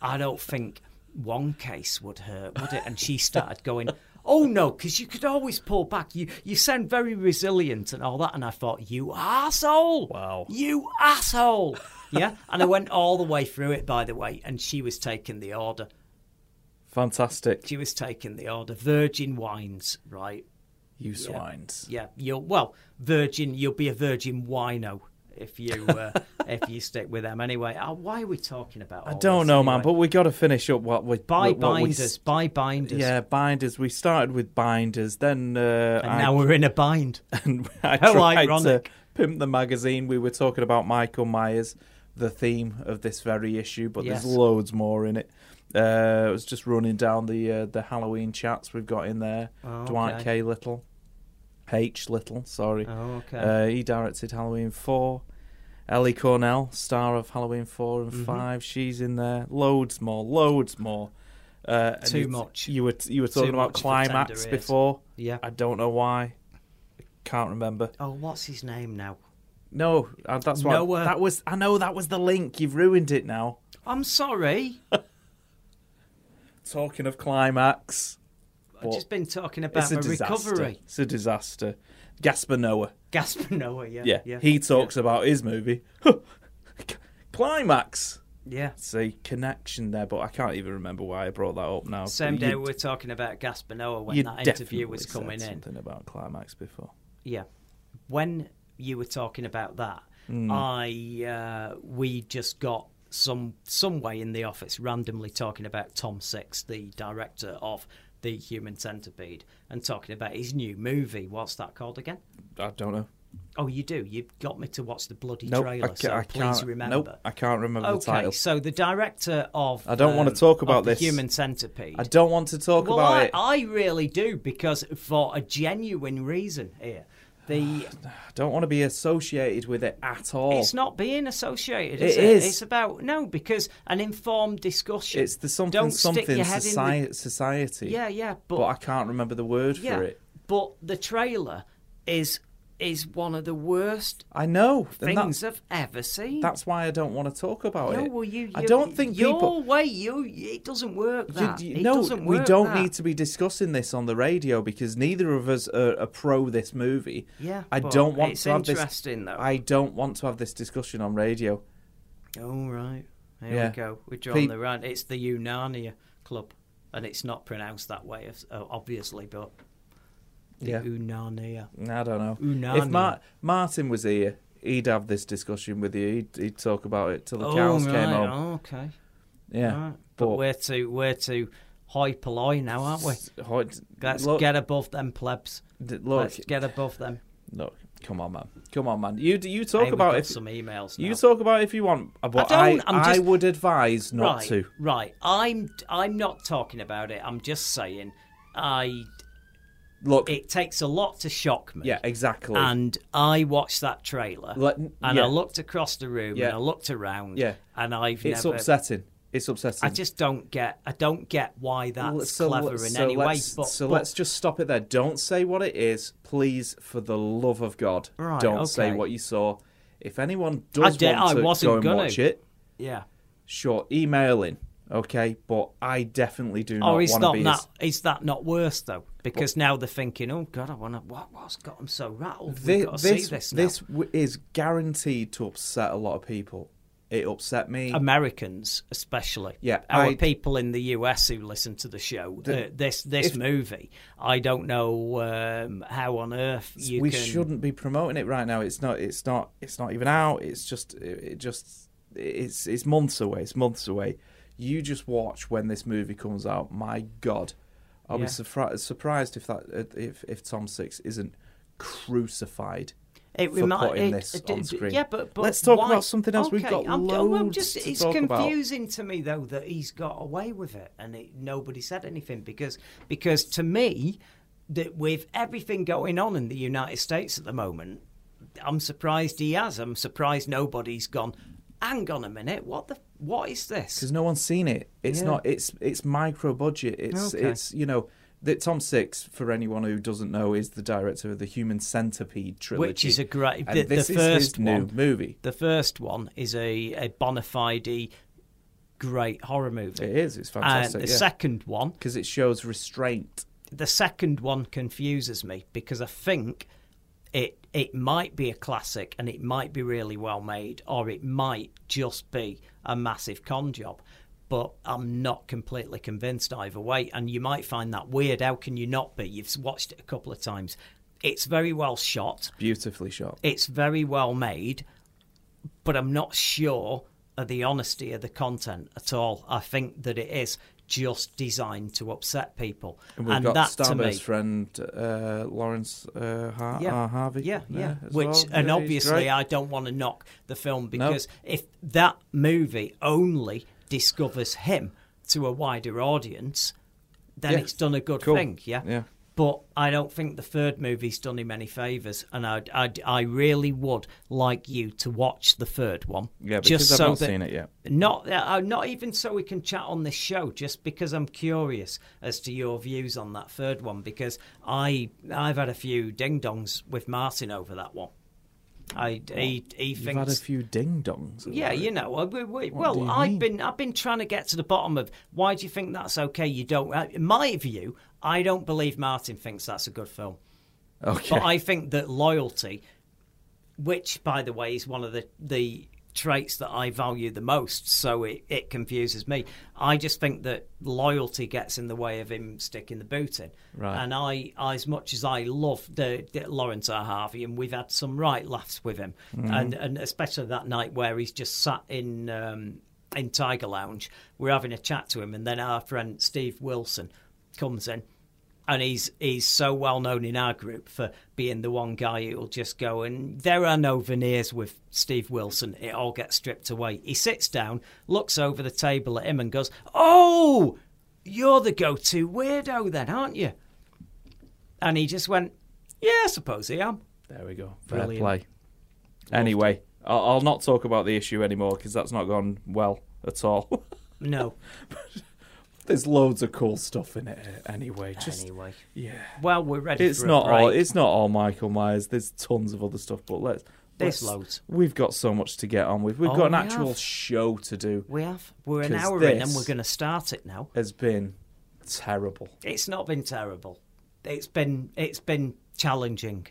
i don't think one case would hurt would it and she started going oh no because you could always pull back you you sound very resilient and all that and i thought you asshole
Wow.
you asshole yeah and i went all the way through it by the way and she was taking the order
Fantastic,
she was taking the order virgin wines right
you swines.
yeah, you'll well, virgin. You'll be a virgin wino if you uh, if you stick with them. Anyway, uh, why are we talking about?
I don't know, man, but we got to finish up what we
buy
what we
binders,
s-
buy binders.
Yeah, binders. We started with binders, then uh,
and
I,
now we're in a bind.
and I
How
tried
ironic.
to pimp the magazine. We were talking about Michael Myers, the theme of this very issue, but
Yes.
there's loads more in it. Uh, I was just running down the uh, the Halloween chats we've got in there.
Oh,
Dwight
okay.
K. Little, H. Little, sorry.
Oh, okay.
Uh, he directed Halloween 4. Ellie Cornell, star of Halloween 4 and
Mm-hmm.
5, she's in there. Loads more, loads more. Uh, and
Too
you-
much.
You were you were talking about
much for tender
climax
ears.
before.
Yeah.
I don't know why. Can't remember.
Oh, what's his name now?
No, uh, that's why.
Noah.
That was. I know that was the link. You've ruined it now.
I'm sorry.
Talking of climax,
I've just been talking about
it's a
my
disaster.
recovery.
It's a disaster. Gaspar Noah.
Gaspar Noah, yeah.
Yeah, he talks about his movie. climax.
Yeah.
See connection there, but I can't even remember why I brought that up now.
Same
But
day
Oh, you-
we were talking about Gaspar Noah when
you
that interview was
definitely
coming
said
in.
Something about climax before.
Yeah. When you were talking about that,
Hmm.
I uh, we just got some some way in the office randomly talking about Tom Six, the director of The Human Centipede, and talking about his new movie. What's that called again?
I don't know.
Oh, you do. You got me to watch the bloody
Nope,
trailer.
I, ca-
so
I
please
can't
remember.
Nope, I can't remember the
Okay,
title.
so the director of
I don't wanna
um,
talk about
of The
this.
Human Centipede.
I don't want to talk
well,
about
I,
it.
I really do because for a genuine reason here, the
I don't want to be associated with it at all.
it's not being associated. Is
It
it,
is.
It's about no because an informed discussion.
It's the something
Don't
something
stick your head
society,
in the
society.
yeah, yeah, but,
But, I can't remember the word
yeah,
for it.
but the trailer is is one of the worst
I know. and
things
That's,
I've ever seen.
that's why I don't want to talk about
no,
it.
well, you, you
I don't think
your
people.
way you it doesn't work.
You-
That
you-
It
no,
doesn't
we
work
don't
that.
need to be discussing this on the radio because neither of us are, are pro this movie.
Yeah,
I
but
don't want
it's
to have this.
interesting, though.
I don't want to have this discussion on radio.
All Oh, right. Here
Yeah.
we go. We're
Pe-
drawing the round. It's the Unania Club, and it's not pronounced that way, as- uh, obviously, but the
Yeah.
Unania.
I don't know.
Unani.
If Mar- Martin was here, he'd have this discussion with you. He'd, he'd talk about it till the
Oh,
cows
right.
came home.
Oh, okay.
Yeah,
Right. But, we're too we're too high polloi now, aren't we?
Hot-
Let's
look,
get above them plebs.
d- look,
Let's get above them.
look. Come on, man. Come on, man. You you talk
Hey, we've
about
got
if
some emails.
you
now.
talk about if you want, but
I
I
don't, I'm
I
just-
would advise not
right,
to.
Right. I'm I'm not talking about it. I'm just saying, I
Look,
it takes a lot to shock me.
yeah, exactly.
And I watched that trailer,
Let-
and
yeah.
I looked across the room,
Yeah.
and I looked around,
Yeah.
and I've
it's
never.
upsetting. It's upsetting.
I just don't get. I don't get why that's
so
clever in
let's- so
any way.
let's-
But,
so
but-
let's just stop it there. Don't say what it is, please. For the love of God,
Right,
don't say
okay.
what you saw. If anyone does
dare-
want
I
to
wasn't
go and
gonna.
watch it,
yeah.
sure, email in, okay? But I definitely do not
Or
want
is
to
that
be.
Oh, not?
as-
Is that not worse though? Because now they're thinking, oh God, I want to. What? What's got them so rattled?
Thi-
We've got to
this
see this now.
this w- is guaranteed to upset a lot of people. It upset me.
Americans, especially,
Yeah,
our
I-
people in the US who listen to the show, uh, this this movie. I don't know um, how on earth you
we
can.
shouldn't be promoting it right now. It's not. It's not. It's not even out. It's just. It, it just. It's. It's months away. It's months away. You just watch when this movie comes out. My God, I'll be
Yeah.
surpri- surprised if that if if Tom Six isn't crucified.
It
for
remind-
putting
it-
this
it-
on
it-
screen.
Yeah, but, but
let's talk
why-
about something else. We've
Okay,
got
I'm,
loads
I'm just,
to
It's
talk about.
confusing to me though that he's got away with it and it, nobody said anything because because to me that with everything going on in the United States at the moment, I'm surprised he has. I'm surprised nobody's gone. Hang on a minute, what the what is this?
because no one's seen it. It's not. It's it's micro budget. It's
Okay.
it's you know that Tom Six for anyone who doesn't know is the director of the Human Centipede trilogy,
Which is a great.
And
The, the
this is
first
his new
one-
movie.
The first one is a, a bona fide great horror movie.
It is. It's
And
fantastic.
the
yeah.
second one,
because it shows restraint.
the second one confuses me because I think it it might be a classic and it might be really well made, or it might just be a massive con job. But I'm not completely convinced either way, and you might find that weird. How can you not be? You've watched it a couple of times. It's very well shot.
Beautifully shot.
It's very well made, but I'm not sure of the honesty of the content at all. I think that it is just designed to upset people.
And we've
and
got
that to me,
Starburst friend uh, Lawrence uh, Har-
yeah,
uh, Harvey.
yeah,
there
yeah.
as
Which,
well.
and
Yeah, he's
obviously,
great.
I don't want to knock the film because if that movie only discovers him to a wider audience, then
Yeah.
it's done a good
Cool.
thing. Yeah,
Yeah.
But I don't think the third movie's done him any favors, and I, I, I really would like you to watch the third one.
Yeah, because
just
I've
so
not
that-
seen it yet.
Not, uh, not even so we can chat on this show. Just because I'm curious as to your views on that third one, because I, I've had a few ding dongs with Martin over that one. I, he, he
You've had a
thinks
few ding dongs.
yeah, you know, uh, we, we,
do
well,
you
I've
mean?
been I've been trying to get to the bottom of why do you think that's okay? You don't. Uh, in my view, I don't believe Martin thinks that's a good film,
Okay.
but I think that loyalty, which by the way is one of the the traits that I value the most, so it, it confuses me. I just think that loyalty gets in the way of him sticking the boot in.
Right.
And I, I as much as I love the, the Lawrence R. Harvey, and we've had some right laughs with him, and and especially that night where he's just sat in um, in Tiger Lounge, we're having a chat to him, and then our friend Steve Wilson comes in. And he's he's so well known in our group for being the one guy who'll just go and there are no veneers with Steve Wilson. It all gets stripped away. He sits down, looks over the table at him, and goes, "Oh, you're the go-to weirdo, then, aren't you?" And he just went, Yeah, I suppose I am.
There we go. Fair
Brilliant.
play. Anyway, I'll, I'll not talk about the issue anymore because that's not gone well at all.
No.
There's loads of cool stuff in it uh, anyway. Just
anyway.
yeah,
Well, we're ready
it's
for a
not all.
break.
It's not all Michael Myers. There's tons of other stuff, but let's.
There's
let's-
loads.
We've got so much to get on with. We've
Oh,
got an
we
actual
have.
show to do.
We have. We're an
'Cause
hour in and
this-
we're going to start it now.
Has been terrible.
It's not been terrible. It's been it's been challenging.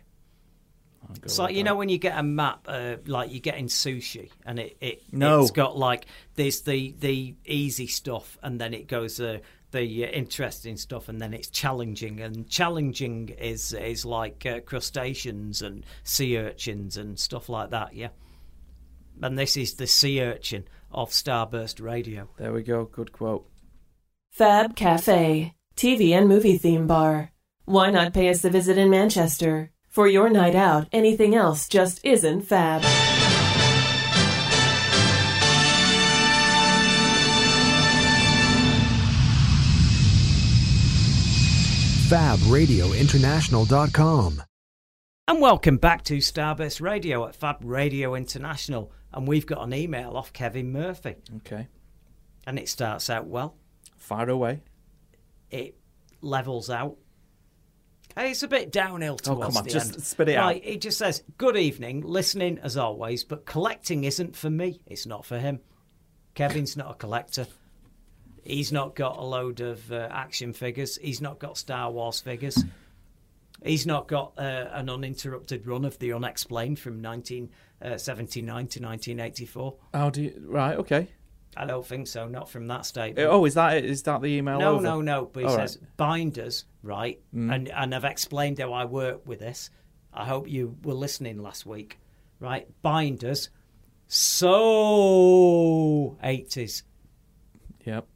It's like you know when you get a map, uh, like you get in sushi, and it, it
No.
it's got like there's the the easy stuff, and then it goes uh, the uh, interesting stuff, and then it's challenging, and challenging is is like uh, crustaceans and sea urchins and stuff like that, yeah. And this is the sea urchin of Starburst Radio.
There we go. Good quote.
Fab Cafe, TV and movie theme bar. Why not pay us a visit in Manchester? For your night out, anything else just isn't fab.
FabRadioInternational.com.
And welcome back to Starburst Radio at Fab Radio International. And we've got an email off Kevin Murphy,
Okay,
and it starts out well.
fire away.
it levels out. And It's a bit downhill towards
Oh, come on,
the
just
end.
spit it out.
Right, It just says, "Good evening, listening as always, but collecting isn't for me. It's not for him. Kevin's not a collector. He's not got a load of uh, action figures. He's not got Star Wars figures. He's not got uh, an uninterrupted run of the unexplained from 1979 to 1984.
How do you? Right. Okay.
I don't think so. Not from that statement.
Oh, is that it? Is that the email?
No,
over?
no, no. But he
All right. Mm.
says binders, right? And and I've explained how I work with this. I hope you were listening last week, right? Binders, so eighties.
Yep.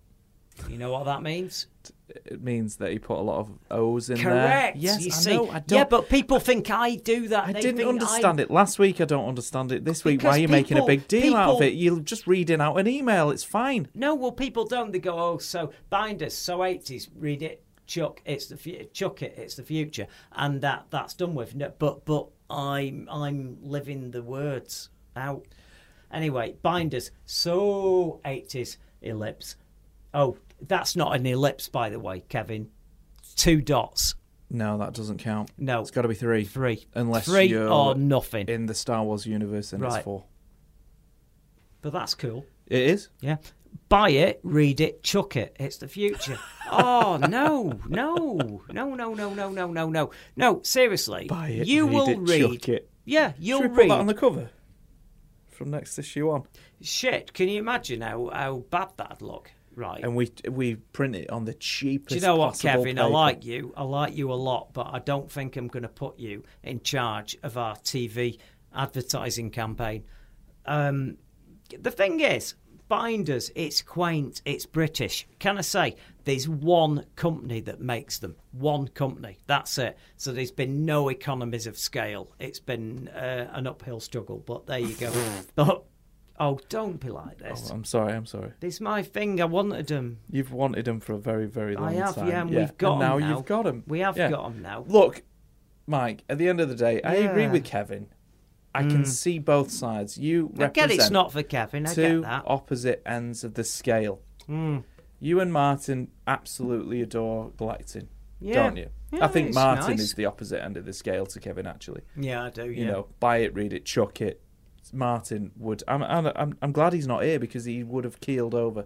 You know what that means?
It means that he put a lot of O's in there.
Correct.
Yes,
you
I
see.
know. I don't.
Yeah, but people think I do that.
I
They
didn't
think
understand
I-
it last week. I don't understand it this week. Why are
Because
you making a
people-
big deal out of
people-
it? You're just reading out an email. It's fine.
No, well, people don't. They go, oh, so binders, so eighties. Read it, chuck. It's the fu- chuck it. It's the future, and that that's done with. No, but but I'm I'm living the words out. Anyway, binders, so eighties ellipse. Oh, that's not an ellipse, by the way, Kevin. Two dots,
No, that doesn't count.
No.
it's got to be three.
three,
unless
three
you're
or nothing.
in the Star Wars universe, and
Right.
it's four.
But that's cool.
It is.
Yeah. Buy it, read it, chuck it. It's the future. oh no, no, no, no, no, no, no, no, no. No, seriously.
Buy it,
you
read
will
it,
read.
chuck it.
Yeah, you'll
Should we
read.
put that on the cover from next issue on?
Shit, can you imagine how, how bad that'd look? Right.
And we we print it on the cheapest.
Do you know what,
possible
Kevin? I
paper.
like you. I like you a lot, but I don't think I'm going to put you in charge of our TV advertising campaign. Um, the thing is, binders, it's quaint, it's British. Can I say there's one company that makes them? One company. That's it. So there's been no economies of scale. It's been uh, an uphill struggle. But there you go. but oh, don't be like this.
I'm sorry, I'm sorry.
This my thing. I wanted them.
You've wanted them for a very, very long
I have,
time.
yeah, and we've got
and
'em
now
now.
you've got them.
We have got 'em now.
Look, Mike. At the end of the day, I agree
Yeah. Hmm.
with Kevin. I can see both sides. You
I get
represent
it's not for Kevin. I
two
get that. Hmm.
opposite ends of the scale. You and Martin absolutely adore Galactin,
Yeah.
don't you?
Yeah,
I think
it's
Martin
nice.
is the opposite end of the scale to Kevin, actually.
yeah, I do. Yeah.
You know, buy it, read it, chuck it. Martin would. I'm, I'm, I'm, I'm glad he's not here because he would have keeled over.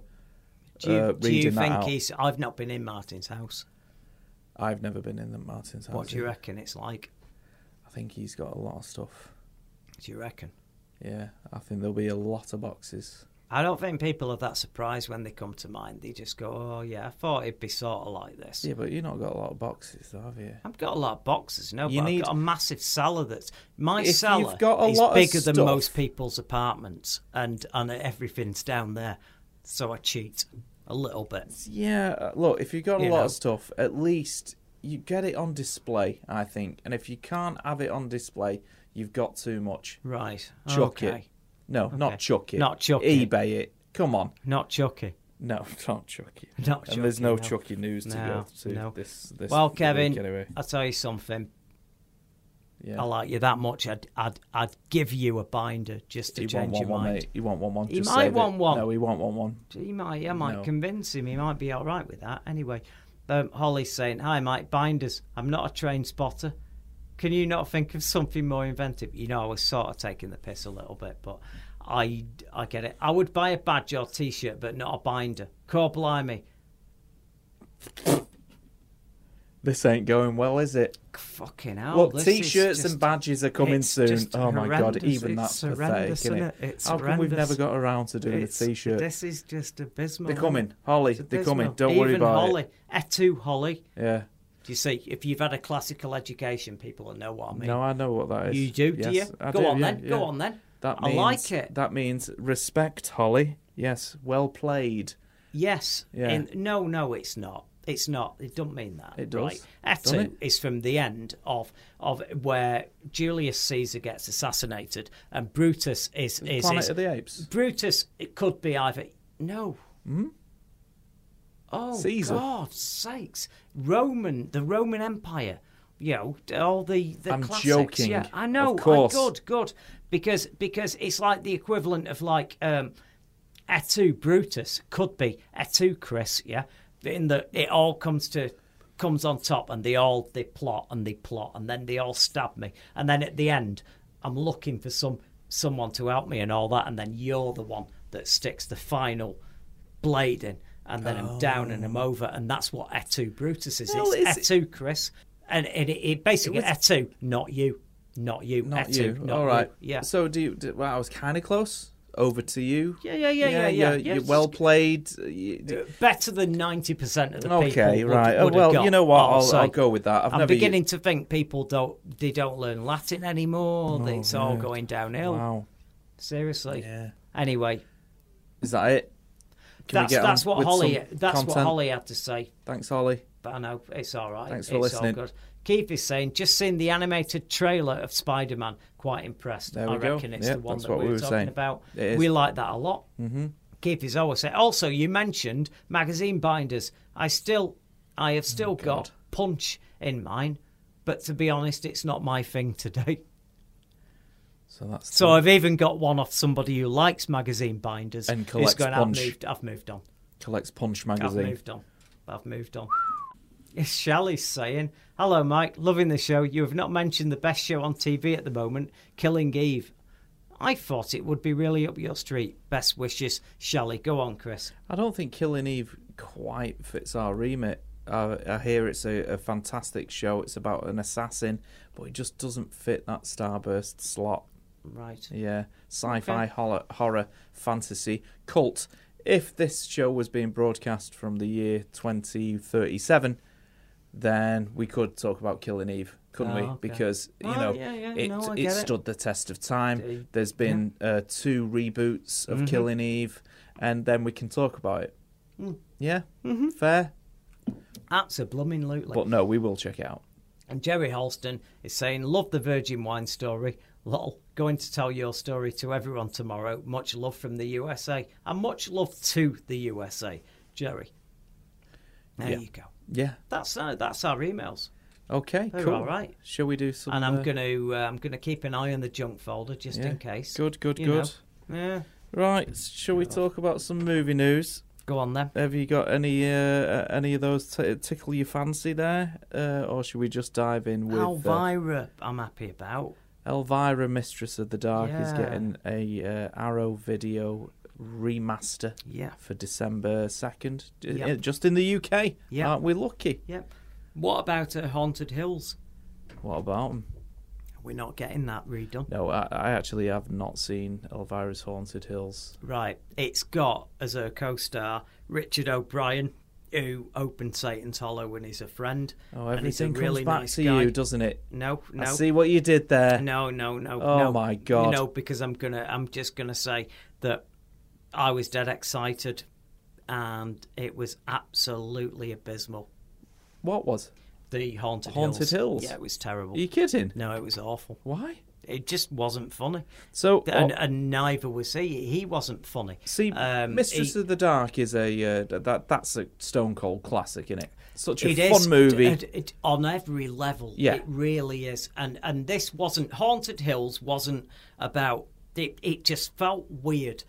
do you,
uh,
do you
reading that
think
out.
he's? I've not been in Martin's house.
I've never been in the Martin's house.
What do you
either.
reckon it's like?
I think he's got a lot of stuff.
Do you reckon?
Yeah, I think there'll be a lot of boxes.
I don't think people are that surprised when they come to mind. They just go, "Oh yeah, I thought it'd be sort of like this."
Yeah, but you've not got a lot of boxes, though, have you?
I've got a lot of boxes, no,
You
but
need-
I've got a massive cellar. That's my
If you've
cellar
got a
is
lot of
bigger than
stuff-
most people's apartments, and and everything's down there. So I cheat a little bit.
Yeah, uh, look, if you've got a
You
lot
know.
of stuff, at least you get it on display, I think. And if you can't have it on display, you've got too much.
Right,
Chuck
okay.
it. No,
Okay.
not chuck it.
Not chuck it.
eBay it. Come on.
Not chucky.
No, not chuck it.
Not
and there's
chuck it,
no,
no.
chucky news to
No,
go to
no.
this, this
Well,
week
Kevin,
anyway.
I'll tell you something.
Yeah.
I like you that much. I'd, I'd, I'd give you a binder just to
You
change
want one,
your
one,
mind.
mate. You want one, one.
He
Just
might
save it.
want one.
No, he want one, one.
He might, I might
No.
convince him. He might be all right with that. Anyway, um, Holly's saying, "Hi, Mike Binders. I'm not a train spotter. Can you not think of something more inventive?" You know, I was sort of taking the piss a little bit, but I, I get it. I would buy a badge or T-shirt, but not a binder. Core blimey,
This ain't going well, is it?
fucking hell!
Look,
this is
t-shirts
just-
and badges are coming
it's
soon.
just
Oh my god,
horrendous.
even
It's
that's pathetic,
horrendous,
isn't
isn't
it?
it? It's
How come we've
horrendous.
never got around to doing
It's-
a t-shirt?
This is just abysmal.
They're coming,
isn't it?
Holly.
It's
They're coming.
abysmal.
Don't worry
Even
about
Holly,
it.
Etu Holly.
Yeah.
Do you see? If you've had a classical education, people will know what I mean.
No, I know what that is.
You do, do you?
Yes, I
Go
do,
on
yeah,
then. Go
yeah.
on then.
That
I
means,
like it.
That means respect, Holly. Yes, well played.
yes.
Yeah.
In- no, no, it's not. It's not. It don't mean that.
It does,
Right.
doesn't
Etu
it?
is from the end of of where Julius Caesar gets assassinated and Brutus is is,
Planet
is
of the Apes. Hmm?
Brutus. It could be either no. Oh
Caesar.
God, sakes! Roman, the Roman Empire. You know all the the
I'm
classics.
joking,
Yeah, I
of
know.
course.
I, good, good. Because because it's like the equivalent of like um, Etu Brutus could be Etu Chris. Yeah, in that it all comes to comes on top, and they all they plot and they plot, and then they all stab me, and then at the end, I'm looking for some someone to help me and all that, and then you're the one that sticks the final blade in, and then I'm down and I'm over, and that's what Etu Brutus is.
Oh. Well,
it's
it's-
Etu Chris, and it, it, it basically Etu, not you, not you,
Not
Etu,
you.
not
All right.
you. yeah.
So do you? Do, well, I was kind of close. Over to you.
Yeah, yeah, yeah, yeah, yeah.
You're,
Yeah,
you're
just- Uh,
well played. Uh, You-
Better than ninety percent of the people.
Okay,
would-
right. Oh,
would have
well,
got.
you know what? I'll-
say.
I'll go with that. I've
I'm
never
beginning to think people don't they don't learn Latin anymore. it's all
Oh, yeah.
going downhill.
Wow.
Seriously.
Yeah.
Anyway,
Is that it? Can we
that's
get on
that's what
with
Holly
some
that's what
content?
Holly had to say.
Thanks, Holly.
But I know it's all right.
Thanks for
it's
listening.
All good. Keith is saying just seen the animated trailer of Spider-Man. Quite impressed.
There
I
we go.
reckon it's
Yeah,
the one
that's
that
what
we
we
were
were
talking
saying.
about.
It is.
We like that a lot. Mm-hmm. Keith is always saying. Also, you mentioned magazine binders. I still, I
Oh,
have still got Punch in mine, but to be honest, it's not my thing
Mm.
today.
So that's
So I've even got one off somebody who likes magazine binders
And
who's
collects
going,
Punch."
I've moved, I've moved on.
collects Punch
I've
magazine.
moved on. I've moved on. Shelley's saying, Hello, Mike. Loving the show. You have not mentioned the best show on TV at the moment, Killing Eve. I thought it would be really up your street. Best wishes, Shelley. Go on, Chris.
I don't think Killing Eve quite fits our remit. I, I hear it's a, a fantastic show. It's about an assassin, but it just doesn't fit that Starburst slot.
Right.
Yeah, sci-fi, horror, horror, fantasy, cult. If this show was being broadcast from the year 2037, then we could talk about Killing Eve couldn't
Oh,
we?
okay.
Because you
Oh,
know
yeah, yeah,
it
no, I
it
get it.
stood the test of time.
Indeed.
There's been uh, two reboots
Mm-hmm.
of Killing Eve, and then we can talk about it.
Hmm.
Yeah,
Mm-hmm.
fair.
That's a blooming loot.
But no, we will check it out.
And Jerry Halston is saying, Love the Virgin Wine story. Lol, going to tell your story to everyone tomorrow. Much love from the USA. And much love to the USA. Jerry. There
Yeah.
you go.
Yeah.
That's our, that's our emails.
Okay.
They're
cool.
Oh, all right.
Shall we do some?
And I'm
uh,
gonna uh, I'm gonna keep an eye on the junk folder just
yeah.
in case.
Good. Good.
You
Good.
know. Yeah.
Right. Shall we talk about some movie news?
Go on then.
Have you got any uh, uh, any of those t- tickle your fancy there, uh, or should we just dive in with uh,
Elvira, I'm happy about.
Elvira, Mistress of the Dark, is
Yeah.
getting a uh, Arrow video remaster
Yeah.
for December second, uh,
Yep.
just in the UK.
Yep.
aren't we lucky?
Yep. What about uh, Haunted Hills?
What about 'em?
We're not getting that redone.
No, I, I actually have not seen Elvira's Haunted Hills.
Right. It's got as a co star Richard O'Brien, who opened Satan's Hollow and is a friend.
Oh,
and he's a
everything comes
really
back
nice
to
guy.
you, doesn't it?
No, no.
I see what you did there.
No, no, no.
Oh,
no,
my God.
No, because I'm gonna, I'm just gonna say that I was dead excited, and it was absolutely abysmal.
What was?
The haunted
Haunted Hills?
Yeah, it was terrible.
Are you kidding?
No, it was awful.
Why?
It just wasn't funny,
So
and,
oh,
and neither was he. He wasn't funny.
see,
um,
Mistress
he-
of the Dark is a uh, th- that that's a stone cold classic, is it? Such a
It
fun
is
movie.
d- d- d- on every level.
Yeah.
It really is. And and this wasn't Haunted Hills wasn't about it it just felt weird.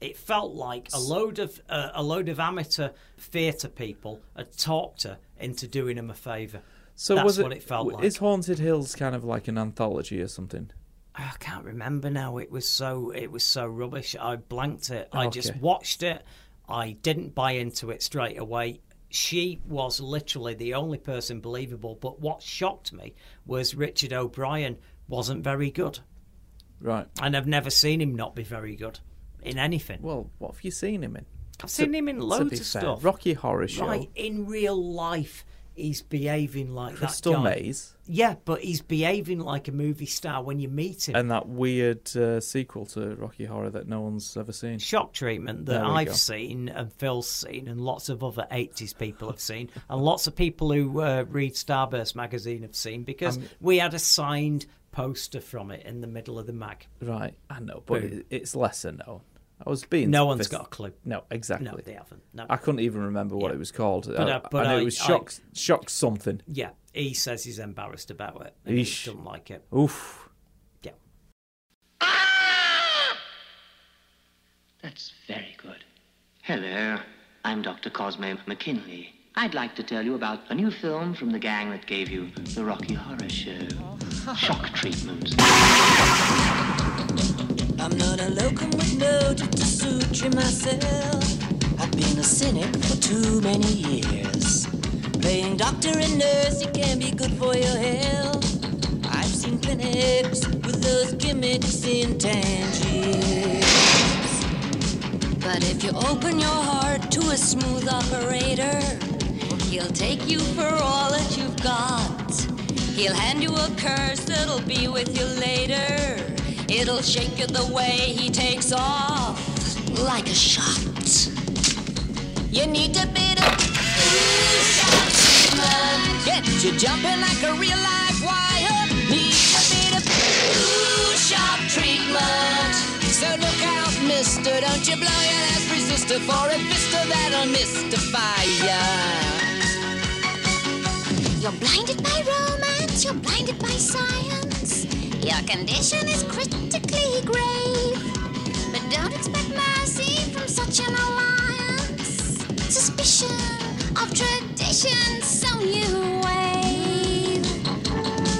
It felt like a load of uh, a load of amateur theatre people had talked her into doing him a favour.
so
That's
was it?
what it felt
w-
like.
Is Haunted Hills kind of like an anthology or something?
I can't remember now. It was so it was so rubbish. I blanked it. I just
Oh, Okay.
watched it. I didn't buy into it straight away. She was literally the only person believable. But what shocked me was Richard O'Brien wasn't very good,
Right.
and I've never seen him not be very good in anything.
Well, what have you seen him in?
I've seen him in loads
be
of
fair,
stuff.
Rocky Horror Show,
Right in real life, he's behaving like
Crystal
that guy.
Maze,
Yeah, but he's behaving like a movie star when you meet him.
and that weird uh, sequel to Rocky Horror that no one's ever seen.
shock treatment that
There we
I've
go.
seen and Phil's seen and lots of other 80s people have seen and lots of people who uh, read Starburst magazine have seen because
Um,
we had a signed poster from it in the middle of the mag.
Right. I know, but
Boom.
it, it's lesser known. I was being
No one's
vis-
got a clue.
No, exactly.
No, they haven't. No.
I couldn't even remember what
Yeah.
it was called. I,
uh, but
I know
I-
it was
I-
shock, shock something.
yeah, he says he's embarrassed about it and he
Eesh.
doesn't like it.
Oof.
Yeah.
That's very good. Hello, I'm Dr. Cosmo McKinley. I'd like to tell you about a new film from the gang that gave you the Rocky Horror Show. Shock treatment.
I'm not a locum with no jutsu myself. I've been a cynic for too many years. Playing doctor and nurse, it can be good for your health. I've seen clinics with those gimmicks in Tangiers. But if you open your heart to a smooth operator, he'll take you for all that you've got. He'll hand you a curse that'll be with you later. It'll shake you the way he takes off, like a shot. You need a bit of ooh-shot Get you jumping like a real live wire. Need a bit of ooh-shot treatment. So look out, mister. Don't you blow your last resistor for a vista that'll mystify ya. You're blinded by romance. You're blinded by science. Your condition is critically grave. But don't expect mercy from such an alliance. Suspicion of tradition's so new wave.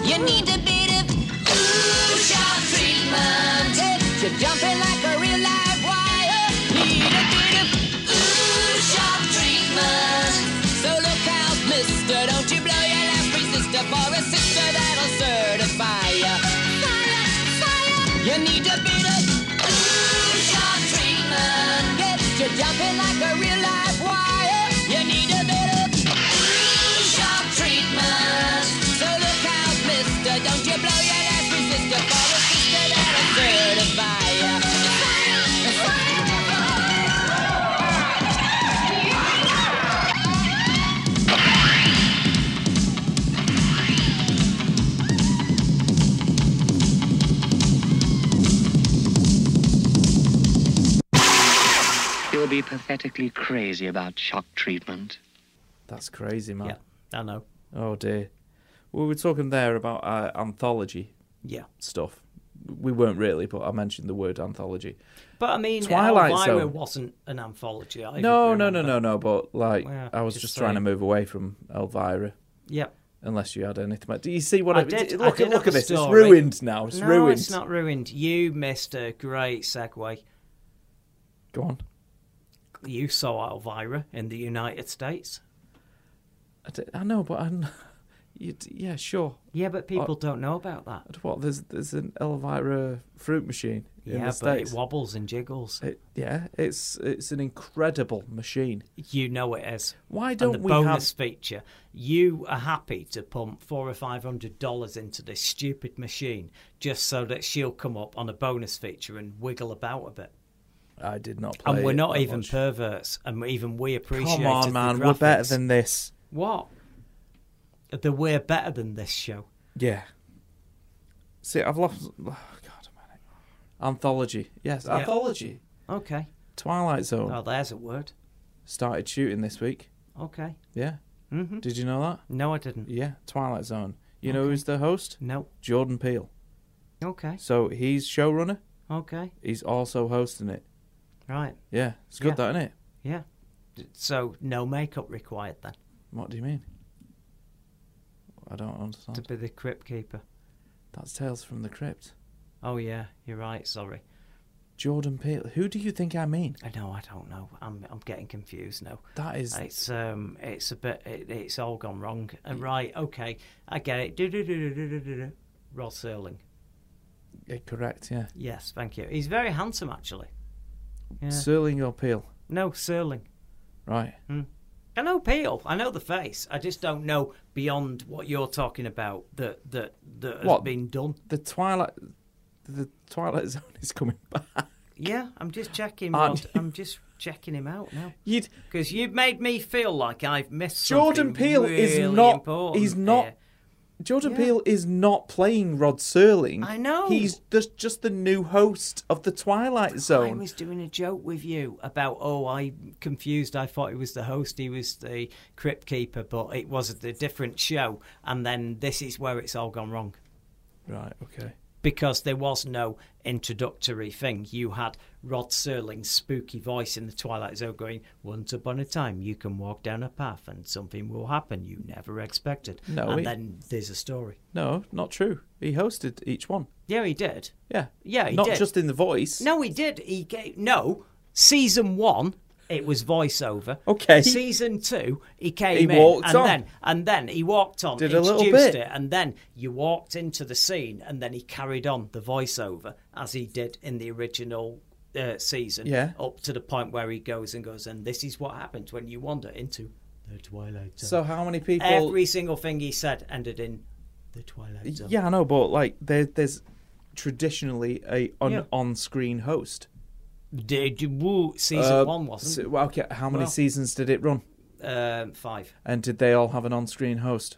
You need a bit of ooh shock treatment. If you're jumping like a real live wire, need a bit of ooh shock treatment. So look out, mister, don't you blow your last resistor for a sister that'll certify ya. Fire, fire. You need a bit of ooh shock treatment. If you're jumping like a real live wire, you need a bit of ooh shock treatment. So look out, mister.
pathetically crazy about shock treatment.
That's crazy, man.
Yeah, I know.
Oh dear. We were talking there about uh, anthology
Yeah.
stuff. We weren't really, but I mentioned the word anthology.
But I mean,
Twilight
Elvira
Zone.
wasn't an anthology. I
No, no,
remember.
no, no, no. But like,
Wow,
I was
just
just, trying to
saying.
move away from Elvira.
Yeah.
Unless you had anything. Do you see what
I
I,
did- I
Look,
did
look
have a
at this. It's
story.
ruined now. It's
no,
ruined.
it's not ruined. You missed a great segue.
Go on.
You saw Elvira in the United States.
I, d- I know, but I'm. You, d- yeah, sure.
Yeah, but people don't know about that.
But What? There's there's an Elvira fruit machine in
yeah,
the
but
states.
it wobbles and jiggles.
It- yeah, it's it's an incredible machine.
You know it is.
Why
And
don't
the
we
bonus feature? You are happy to pump four or five hundred dollars into this stupid machine just so that she'll come up on a bonus feature and wiggle about a bit.
I did not play.
And we're
it
not
that
even
much.
perverts, and even we appreciate.
Come on, man,
the
we're better
graphics.
than this.
what? The we're better than this show.
Yeah. See, I've lost. Oh, God, man. Anthology. Yes, anthology.
Okay.
Twilight Zone
Oh, there's a word.
started shooting this week.
Okay.
Yeah. Mm-hmm. Did you know that?
No, I didn't.
Yeah, Twilight Zone. You know who's the host?
No.
Jordan Peele.
Okay.
So he's showrunner.
Okay.
He's also hosting it.
Right.
Yeah, it's good,
Yeah.
that, isn't it?
Yeah. So no makeup required then
What do you mean? I don't
to
understand.
be the crypt keeper.
That's Tales from the Crypt.
Oh yeah, you're right. Sorry.
Jordan Peele. Who do you think I mean?
I know. I don't know. I'm I'm getting confused now.
That is.
It's um, it's a bit. It, it's all gone wrong. And right. Okay. I get it. Do do do do do do do. Rod Serling.
eh, correct, yeah.
Yes, thank you. He's very handsome, actually. Yeah.
Serling or Peele?
no, Serling.
Right.
Hmm. I know Peel. I know the face. I just don't know beyond what you're talking about that that that has
What?
been done.
The Twilight. The Twilight Zone is coming back.
Yeah, I'm just checking.
Aren't
Rod.
you?
I'm just checking him out now
You'd,
because you've made me feel like I've missed.
Jordan
something
Peele is
really
not-
important
he's not-
here.
Jordan
Yeah.
Peele is not playing Rod Serling.
I know.
He's just, just the new host of the Twilight
I
Zone.
was doing a joke with you about oh I confused I thought he was the host he was the crypt keeper but it was a different show and then this is where it's all gone wrong
Right. Okay.
because there was no introductory thing. You had Rod Serling's spooky voice in the Twilight Zone going, Once upon a time, you can walk down a path and something will happen you never expected.
No,
and
he-
then there's a story.
No, not true. He hosted each one.
Yeah, he did.
Yeah.
Yeah, he
Not
did.
just in the voice.
No, he did. He gave. No, season one. It was voiceover.
Okay.
Season two, he came
He
in,
walked
and
on.
then and then he walked on,
Did a little
introduced
bit.
it, and then you walked into the scene, and then he carried on the voiceover as he did in the original uh, season.
Yeah.
Up to the point where he goes and goes, and this is what happens when you wander into the Twilight Zone.
So how many people?
every single thing he said ended in the Twilight Zone.
Yeah, I know, but like there, there's traditionally a an
Yeah.
on-screen host.
Did you- woo, season
Uh,
one wasn't
so- well, okay, how many
Well-
seasons did it run?
um, five.
And did they all have an on-screen host?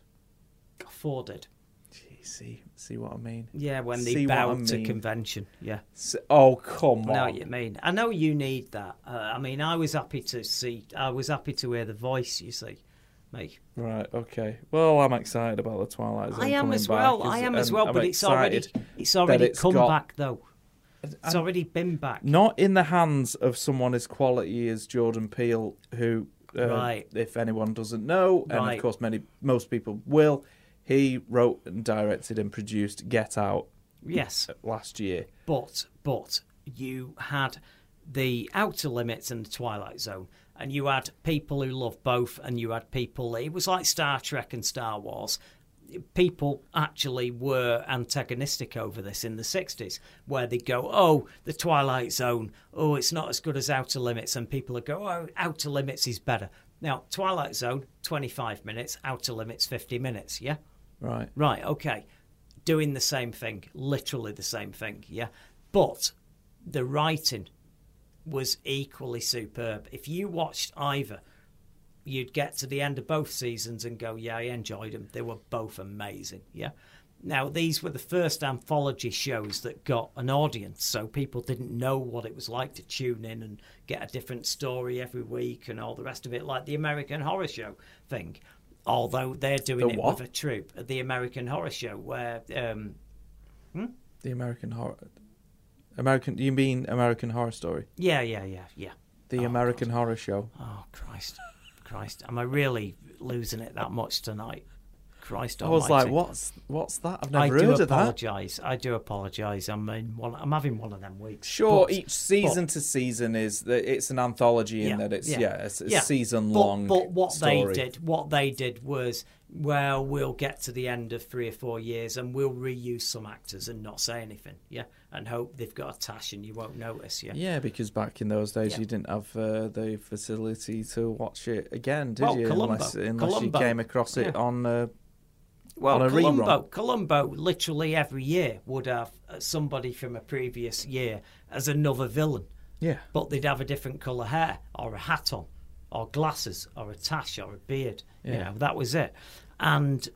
Four did.
Gee, see, see what I mean?
Yeah, when they
See what
bow
I
to
mean?
convention. Yeah.
S- oh come
I know
on!
what you mean. I know you need that. Uh, I mean, I was happy to see, I was happy to hear the voice, you see, me.
Right, okay. Well, I'm excited about the Twilight Zone.
I am
coming
as
back,
well.
is-
I am as
and
well,
I'm
but it's already,
excited
it's
that
already
it's
come
got-
back, though. It's already been back.
Not in the hands of someone as quality as Jordan Peele, who, uh,
Right.
if anyone doesn't know, and
Right.
of course many most people will, he wrote and directed and produced Get Out
Yes.
last year.
But but you had the Outer Limits and the Twilight Zone, and you had people who loved both, and you had people. It was like Star Trek and Star Wars. People actually were antagonistic over this in the 60s, where they go, Oh, the Twilight Zone, oh, it's not as good as Outer Limits. And people would go, Oh, Outer Limits is better. Now, Twilight Zone, 25 minutes, Outer Limits, 50 minutes, yeah?
Right.
Right, okay. Doing the same thing, literally the same thing, yeah. But the writing was equally superb. If you watched either, you'd get to the end of both seasons and go, yeah, I enjoyed them. They were both amazing, yeah. Now, these were the first anthology shows that got an audience, so people didn't know what it was like to tune in and get a different story every week and all the rest of it, like the American Horror Show thing. Although they're doing
The
it
what?
with a troupe, the American Horror Show, where um,
The American Horror. American. You mean American Horror Story?
yeah, yeah, yeah, yeah.
The American Horror Show.
Oh Christ, Christ! Am I really losing it that much tonight? Christ
I was like,
Almighty.
what's what's that? I've never
I do
heard of that.
apologise. I do apologise. I'm in one. I'm having one of them weeks.
Sure,
But-
each season
but-
to season is that it's an anthology in that it's yeah, it's a
yeah.
season
But-
long.
But, what
story.
they did, what they did was, well, we'll get to the end of three or four years and we'll reuse some actors and not say anything, yeah, and hope they've got a tash and you won't notice, yeah.
Yeah, because back in those days
Yeah.
you didn't have uh, the facility to watch it again, did
Well,
you?
Columbo.
Unless, unless
Columbo.
you came across it
Yeah.
on. Uh,
Well,
on a
Columbo,
rerun.
Columbo, literally every year would have uh, somebody from a previous year as another villain.
yeah,
but they'd have a different colour hair or a hat on or glasses or a tash or a beard you
Yeah.
know that was it and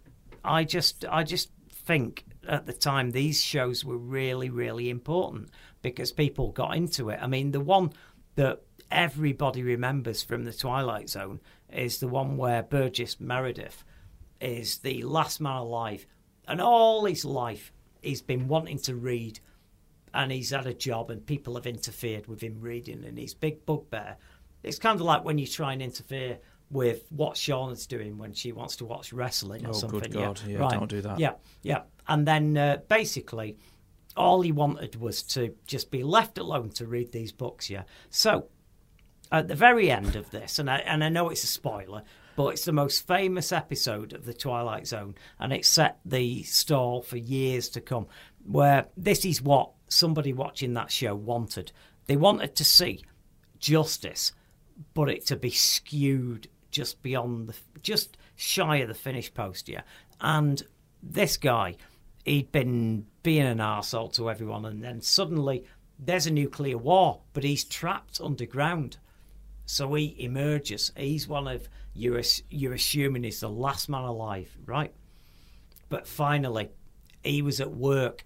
i just i just think at the time these shows were really really important because people got into it i mean the one that everybody remembers from the twilight zone is the one where burgess meredith is the last man alive and all his life he's been wanting to read and he's had a job and people have interfered with him reading and he's big bugbear. It's kind of like when you try and interfere with what Shauna's doing when she wants to watch wrestling or
Oh, good
something.
God. Yeah, don't do that.
Yeah, yeah. And then uh, basically, all he wanted was to just be left alone to read these books. Yeah. So at the very end of this, and I, and I know it's a spoiler, but it's the most famous episode of The Twilight Zone, and it set the stall for years to come. Where this is what somebody watching that show wanted. They wanted to see justice, but it to be skewed just beyond the, just shy of the finish post, yeah. And this guy, he'd been being an arsehole to everyone, and then suddenly there's a nuclear war, but he's trapped underground. So he emerges. He's one of you're, ass- you're assuming is the last man alive, right? But finally, he was at work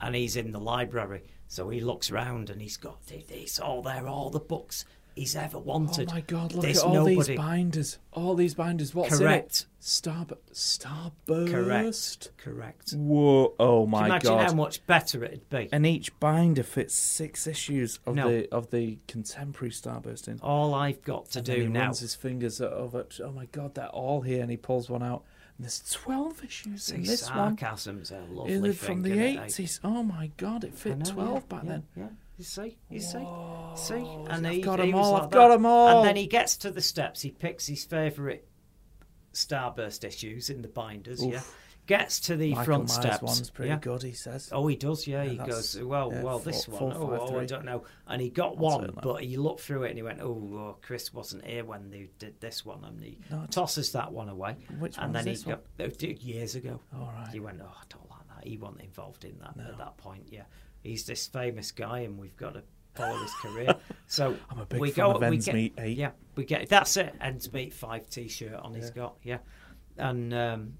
and he's in the library. So he looks round and he's got th- this all there, all the books he's ever
Oh
wanted.
my God! Look
There's
at all
nobody-
these binders. All these binders. What's
Correct.
in it? Star Starburst.
Correct. Correct.
Whoa! Oh my
Imagine
God!
how much better it'd be.
and each binder fits six issues of
No.
the of the contemporary Starburst in.
all I've got to
and then
do
he
now.
runs his fingers over. Oh my God! They're all here, and he pulls one out. And there's twelve issues in
These
this one.
sarcasms are a
Is
lovely
it
thing,
from the
isn't it, eh?
eighties? Oh my god, it
I
fit
know,
twelve
yeah,
back
yeah,
then.
Yeah, you see, you see, see, and
I've
he,
got
he
'em
was
all,
like
I've got
that.
'em all.
And then he gets to the steps. He picks his favourite starburst issues in the binders. Yeah, gets to the
Michael
front
Myers
steps.
one's pretty
yeah.
good, he says.
Oh, he does, yeah. he
that's,
goes, well,
yeah,
well,
four-
this one,
four,
oh,
five,
oh, I
three.
don't know. And he got
it,
one,
lad.
but he looked through it and he went, oh, well, Chris wasn't here when they did this one. And he tosses that one away.
Which
and then
one's this
he
one?
got, oh, dude, years ago.
All right.
He went, oh, I don't like that. He wasn't involved in that at that point, yeah. He's this famous guy and we've got to follow his career. So
I'm a big
we
fan
go,
of
we
Ends
get,
Meet 8.
Yeah, we get, that's it. Ends Meet 5 t shirt on he's got, yeah. And, um,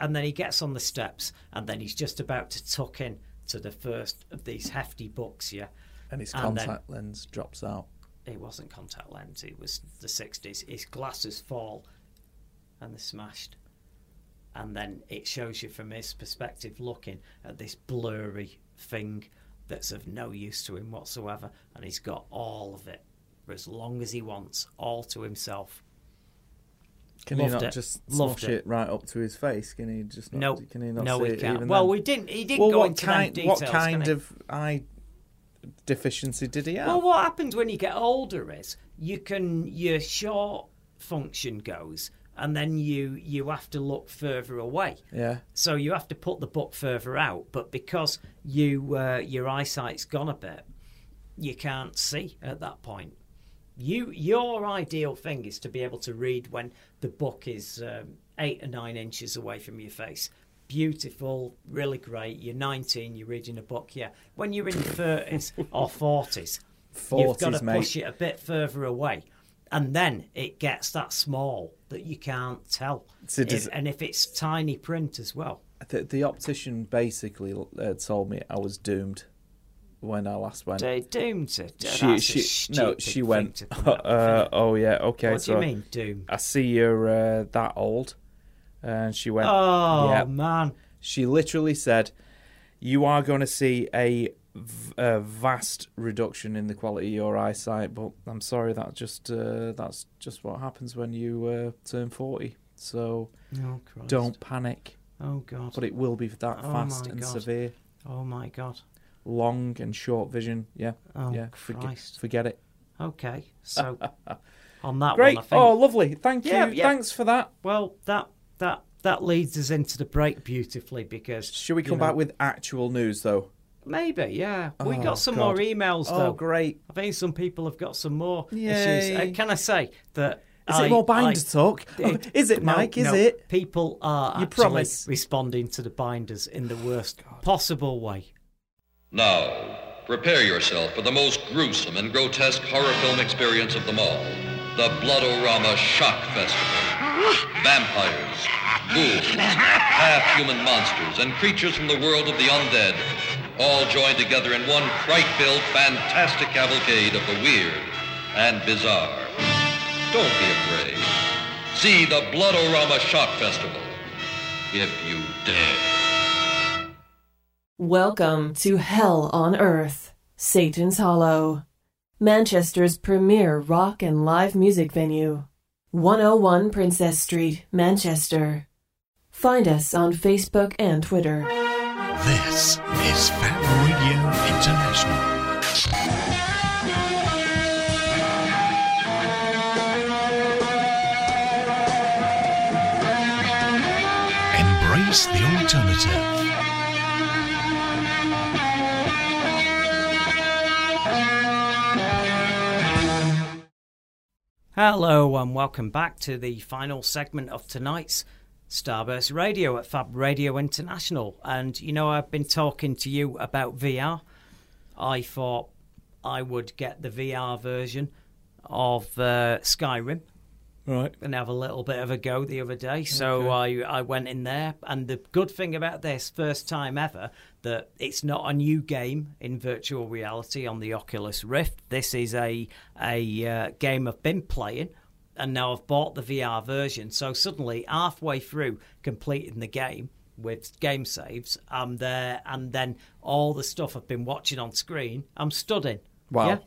and then he gets on the steps and then he's just about to tuck in to the first of these hefty books yeah
And his
And then-
contact lens drops out.
it wasn't contact lens it was the 60s his glasses fall and they're smashed and then it shows you from his perspective looking at this blurry thing that's of no use to him whatsoever and he's got all of it for as long as he wants all to himself
Can
Loved
he not
it.
just
Loved
smash it.
it.
right up to his face? Can he just not,
no
can he not
no
see
he
it
can't
even
well
then?
we didn't he didn't
well,
go
what
into
kind
them details,
what
can
kind
he?
of eye deficiency did he have?
Well, what happens when you get older is you can your short function goes, and then you you have to look further away.
yeah.
So you have to put the book further out, but because you uh, your eyesight's gone a bit, you can't see at that point. You your ideal thing is to be able to read when the book is um, eight or nine inches away from your face. Beautiful, really great. You're 19, you're reading a book. Yeah, when you're in your 30s or 40s, you've got
40s,
to
mate.
push it a bit further away, and then it gets that small that you can't tell.
So does-
If- and if it's tiny print as well,
the, the optician basically uh, told me I was doomed when I last went.
They doomed to death.
she,
That's a
she, no,
stupid
she
thing
went.
to come up with,
Uh,
innit?
oh yeah, okay.
What do
so
you mean, doomed?
I see you're uh, that old, and she went.
Oh
yeah.
man,
She literally said, "You are going to see a, v- a vast reduction in the quality of your eyesight, but I'm sorry that just uh, that's just what happens when you uh, turn 40. So
oh Christ,
don't panic,
Oh God,
but it will be that
Oh
fast
my
and
God.
severe,
oh my God.
long and short vision. Yeah,
Oh,
yeah. forge-
Christ.
forget it.
Okay, so on that
Great.
one, I think.
Oh, lovely. Thank
Yeah,
you.
yeah.
Thanks for that.
Well, that that that leads us into the break beautifully because
Should we
you
come
know,
back with actual news though?
maybe? Yeah, we
Oh,
got some
God.
more emails
Oh,
though.
great.
I think some people have got some more
Yay.
issues. Uh, can I say that?
Is
I,
it more
I-
binder talk?
It-
is it,
no,
Mike? Is
no.
it?
People are
You
actually
promise.
responding to the binders in the worst possible way.
Now, prepare yourself for the most gruesome and grotesque horror film experience of them all. The Bloodorama Shock Festival. Vampires, ghouls, half-human monsters, and creatures from the world of the undead all joined together in one fright-filled, fantastic cavalcade of the weird and bizarre. Don't be afraid. See the Bloodorama Shock Festival, if you dare.
Welcome to Hell on Earth, Satan's Hollow, Manchester's premier rock and live music venue. 101 Princess Street, Manchester. Find us on Facebook and Twitter.
This is Fat Radio International. Embrace the alternative.
Hello and welcome back to the final segment of tonight's Starburst Radio at Fab Radio International. And you know, I've been talking to you about VR. I thought I would get the VR version of uh, Skyrim
Right.
and have a little bit of a go the other day. So I, I went in there, and the good thing about this first time ever that it's not a new game in virtual reality on the Oculus Rift. This is a a uh, game I've been playing, and now I've bought the VR version. So suddenly, halfway through completing the game. With game saves, I'm there, and then all the stuff I've been watching on screen, I'm studying.
Wow.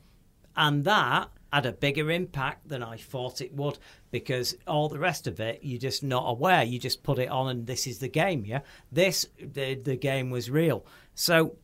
And that had a bigger impact than I thought it would because all the rest of it, you're just not aware. You just put it on and this is the game, yeah? This, the, the game was real. So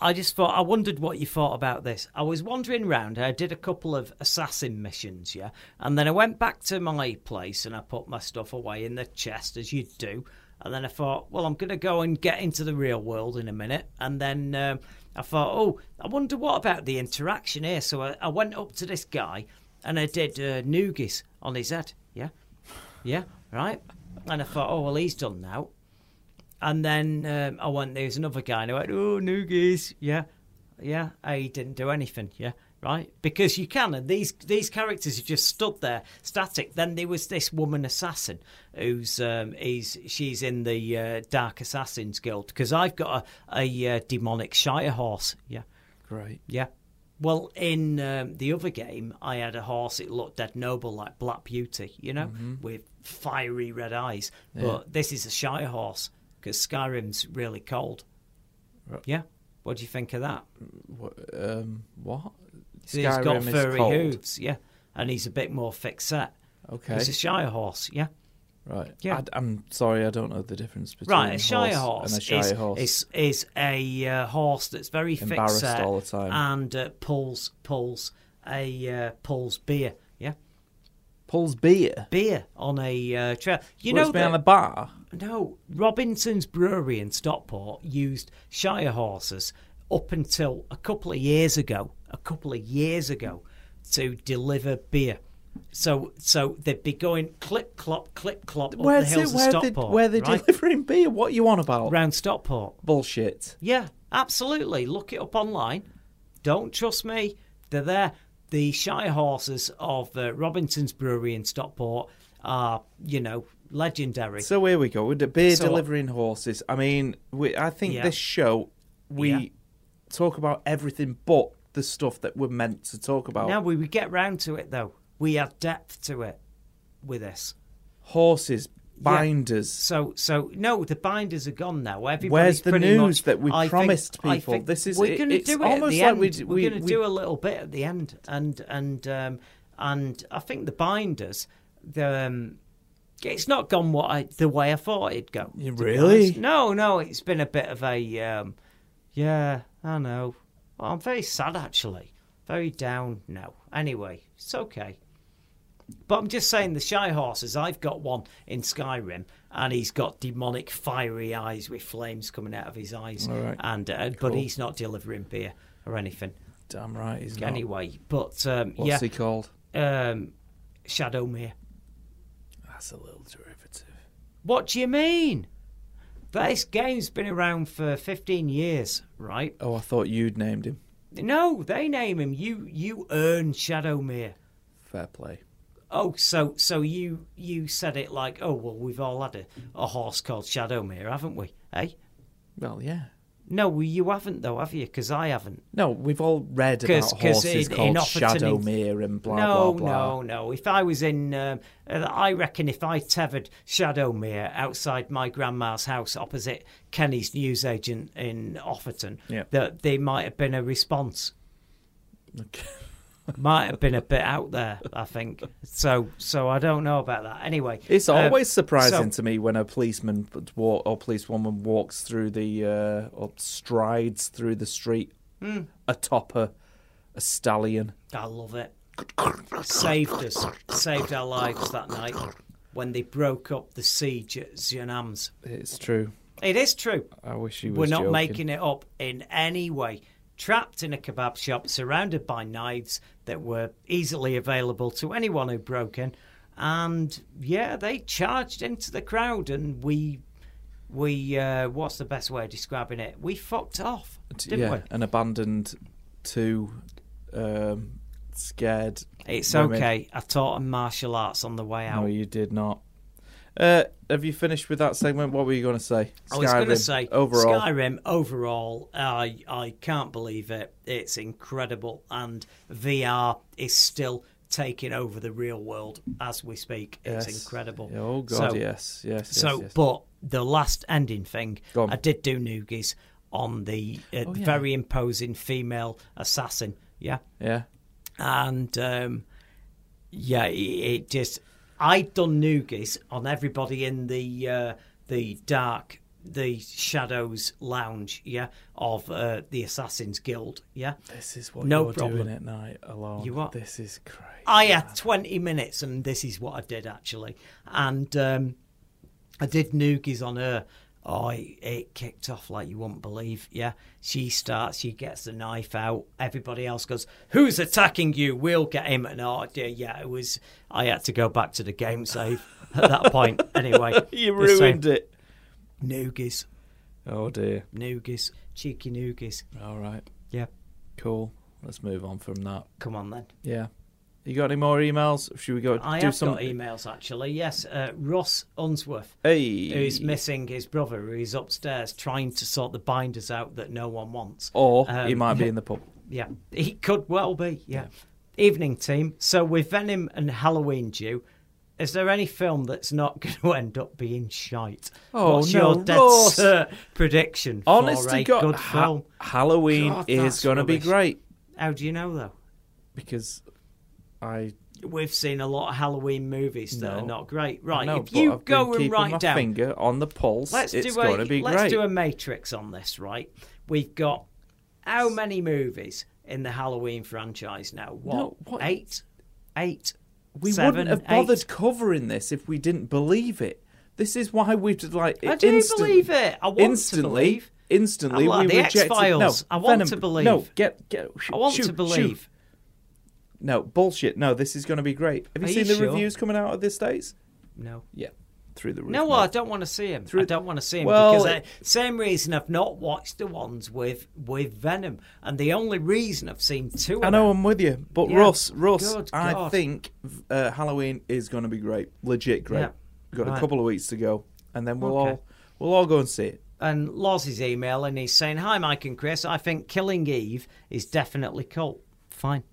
I just thought, I wondered what you thought about this. I was wandering round. I did a couple of assassin missions, yeah? And then I went back to my place and I put my stuff away in the chest, as you do. And then I thought, well, I'm going to go and get into the real world in a minute. And then um, I thought, oh, I wonder what about the interaction here. So I, I went up to this guy and I did uh, Noogis on his head, yeah? Yeah, right? And I thought, oh, well, he's done now. And then um, I went, there's another guy, and I went, oh, Noogies. Yeah. Yeah. He didn't do anything. Yeah. Right. Because you can. And these, these characters have just stood there static. Then there was this woman assassin who's, um, he's, she's in the uh, Dark Assassins Guild because I've got a, a uh, demonic Shire horse. Yeah.
Great.
Yeah. Well, in um, the other game, I had a horse. It looked dead noble, like Black Beauty, you know,
Mm-hmm.
with fiery red eyes. But this is a Shire horse because Skyrim's really cold. Yeah. What do you think of that?
Um, what?
So he's got
Skyrim is
furry
cold.
hooves, yeah, and he's a bit more thick set.
Okay.
He's a Shire horse, yeah.
Right.
Yeah.
Yeah. I, am sorry, I don't know the difference between
Right, a Shire horse,
horse and a Shire
is,
horse.
is is a uh, horse that's very thick
Embarrassed
set
all the time.
and uh, pulls pulls a uh, pulls beer, yeah.
Pulls beer.
beer on a uh, trail. You
Well,
know
it's been
that,
on a bar.
no Robinson's Brewery in Stockport used Shire horses up until a couple of years ago. A couple of years ago, to deliver beer. So so they'd be going clip clop clip clop up
Where's
the hills of
it? Where they
Stockport.
where they
right?
delivering beer? What you on about?
round Stockport.
Bullshit.
Yeah, absolutely. Look it up online. Don't trust me. They're there. The Shire horses of uh, Robinson's Brewery in Stockport are, you know, legendary.
So here we go. With the beer so, delivering horses. I mean, we, I think yeah. this show we yeah. talk about everything but the stuff that we're meant to talk about.
Now we, we get round to it though. We add depth to it with this.
Horses, binders.
Yeah. So, so no, the binders are gone now. Everybody's
Where's the
pretty
news
much,
that we I promised think, people? This is
we're going
it,
to do it.
Almost
like
end.
we, are
we,
going to
we...
do a little bit at the end, and and um, and I think the binders, the um, it's not gone what I, the way I thought it'd go.
Really?
No, no, it's been a bit of a um, yeah. I know. Well, I'm very sad actually. Very down now. Anyway, it's okay. But I'm just saying the shy horses. I've got one in Skyrim, and he's got demonic fiery eyes with flames coming out of his eyes.
Right.
And uh,
cool.
but he's not delivering beer or anything.
Damn right, he's
anyway, not. Anyway, but um,
what's
yeah,
he called?
Um, Shadowmere.
That's a little derivative.
What do you mean? This game's been around for 15 years, right?
Oh, I thought you'd named him.
No, they name him. You you earn Shadowmere.
Fair play.
Oh, so so you you said it like, oh well, we've all had a, a horse called Shadowmere, haven't we? Eh?
Well, yeah.
No, well, you haven't though, have you? Because I haven't.
No, we've all read
Cause,
about
cause
horses
in,
called
in Offerton,
Shadowmere and blah
no,
blah blah.
No, no, If I was in, um, I reckon if I tethered Shadowmere outside my grandma's house opposite Kenny's newsagent in Offerton,
yeah.
that there might have been a response.
Okay.
might have been a bit out there. I think so. So I don't know about that. Anyway,
it's always
um,
surprising
so,
to me when a policeman walk, or policewoman walks through the uh, or strides through the street
Mm.
atop a, a stallion.
I love it. Saved us, saved our lives that night when they broke up the siege at Xianam's.
It's true.
It is true.
I wish you
We're
was
not
joking.
making it up in any way. Trapped in a kebab shop, surrounded by knives that were easily available to anyone who broke in, and yeah, they charged into the crowd, and we, we, uh, what's the best way of describing it? We fucked off, didn't
yeah,
we?
and abandoned two um, scared.
It's
women.
okay. I taught him martial arts on the way out.
No, you did not. Uh, have you finished with that segment? What were you going to say?
I was going to
Skyrim,
say
overall.
Skyrim overall, I I can't believe it. It's incredible, and VR is still taking over the real world as we speak. It's
Yes.
incredible.
Oh god,
So-
yes, yes, yes.
So,
yes.
but the last ending thing,
Go on.
I did do noogies on the uh,
Oh, yeah.
very imposing female assassin. Yeah,
yeah,
and um, yeah, it, it just I'd done noogies on everybody in the uh, the dark the shadows lounge, yeah, of uh, the Assassins Guild, yeah.
this is what
No
you're
problem.
doing at night alone.
You what?
This is crazy.
I had 20 minutes, and this is what I did actually. And um, I did noogies on her. Oh, it, it kicked off like you wouldn't believe. Yeah, she starts, she gets the knife out. Everybody else goes, "Who's attacking you? We'll get him." And oh, dear, yeah, it was. I had to go back to the game save at that point. Anyway,
you
the same.
ruined it.
Noogies,
Oh dear.
noogies, cheeky noogies.
All right,
Yeah,
cool. Let's move on from that.
come on then.
Yeah. You got any more emails? Should we go
I
do
have
some?
got emails actually. Yes, uh, Ross Unsworth.
Hey.
who's missing his brother, who's upstairs trying to sort the binders out that no one wants.
Or
Um,
he might be in the pub.
Yeah, he could well be. Yeah. Evening team. So with Venom and Halloween due, is there any film that's not going to end up being shite?
Oh,
What's
no,
your dead
Ross.
cert prediction
Honest
for
to
a
God,
good
Ha-
film?
Halloween
God,
is
that's
going to be
rubbish.
great
How do you know though?
because I
We've seen a lot of Halloween movies that
No.
are not great. Right,
know,
if you
but I've
go
been
and
keeping
write
my
down
finger on the pulse.
Let's
it's
do
going
a
to be
let's
great.
do a matrix on this, right? We've got how many movies in the Halloween franchise now? What,
No, what-
eight, eight.
we
seven,
wouldn't have
eight?
bothered covering this if we didn't believe it. This is why we'd like.
I do
instantly-
believe it. I want to
instantly,
believe.
Instantly,
I like
we
the
rejected.
X-Files.
No,
I want
Venom,
to believe.
No, get get.
I want
shoot,
to
shoot.
believe.
No bullshit. No, this is going to be great. Have you
Are
seen
you
the
sure?
reviews coming out of this days?
No.
Yeah, through the roof.
No,
mate.
I don't want to see him. I
Through-
don't want to see him
Well,
because I,
it-
same reason I've not watched the ones with with Venom, and the only reason I've seen two.
I
of
know
them-
I'm with you, but
Yeah.
Russ, Russ,
Good
I
God.
think uh, Halloween is going to be great, legit great.
Yeah.
Got
Right.
a couple of weeks to go, and then we'll
Okay.
all we'll all go and see it.
And Loz is emailing, he's saying, Hi, Mike and Chris, I think Killing Eve is definitely cult. Fine.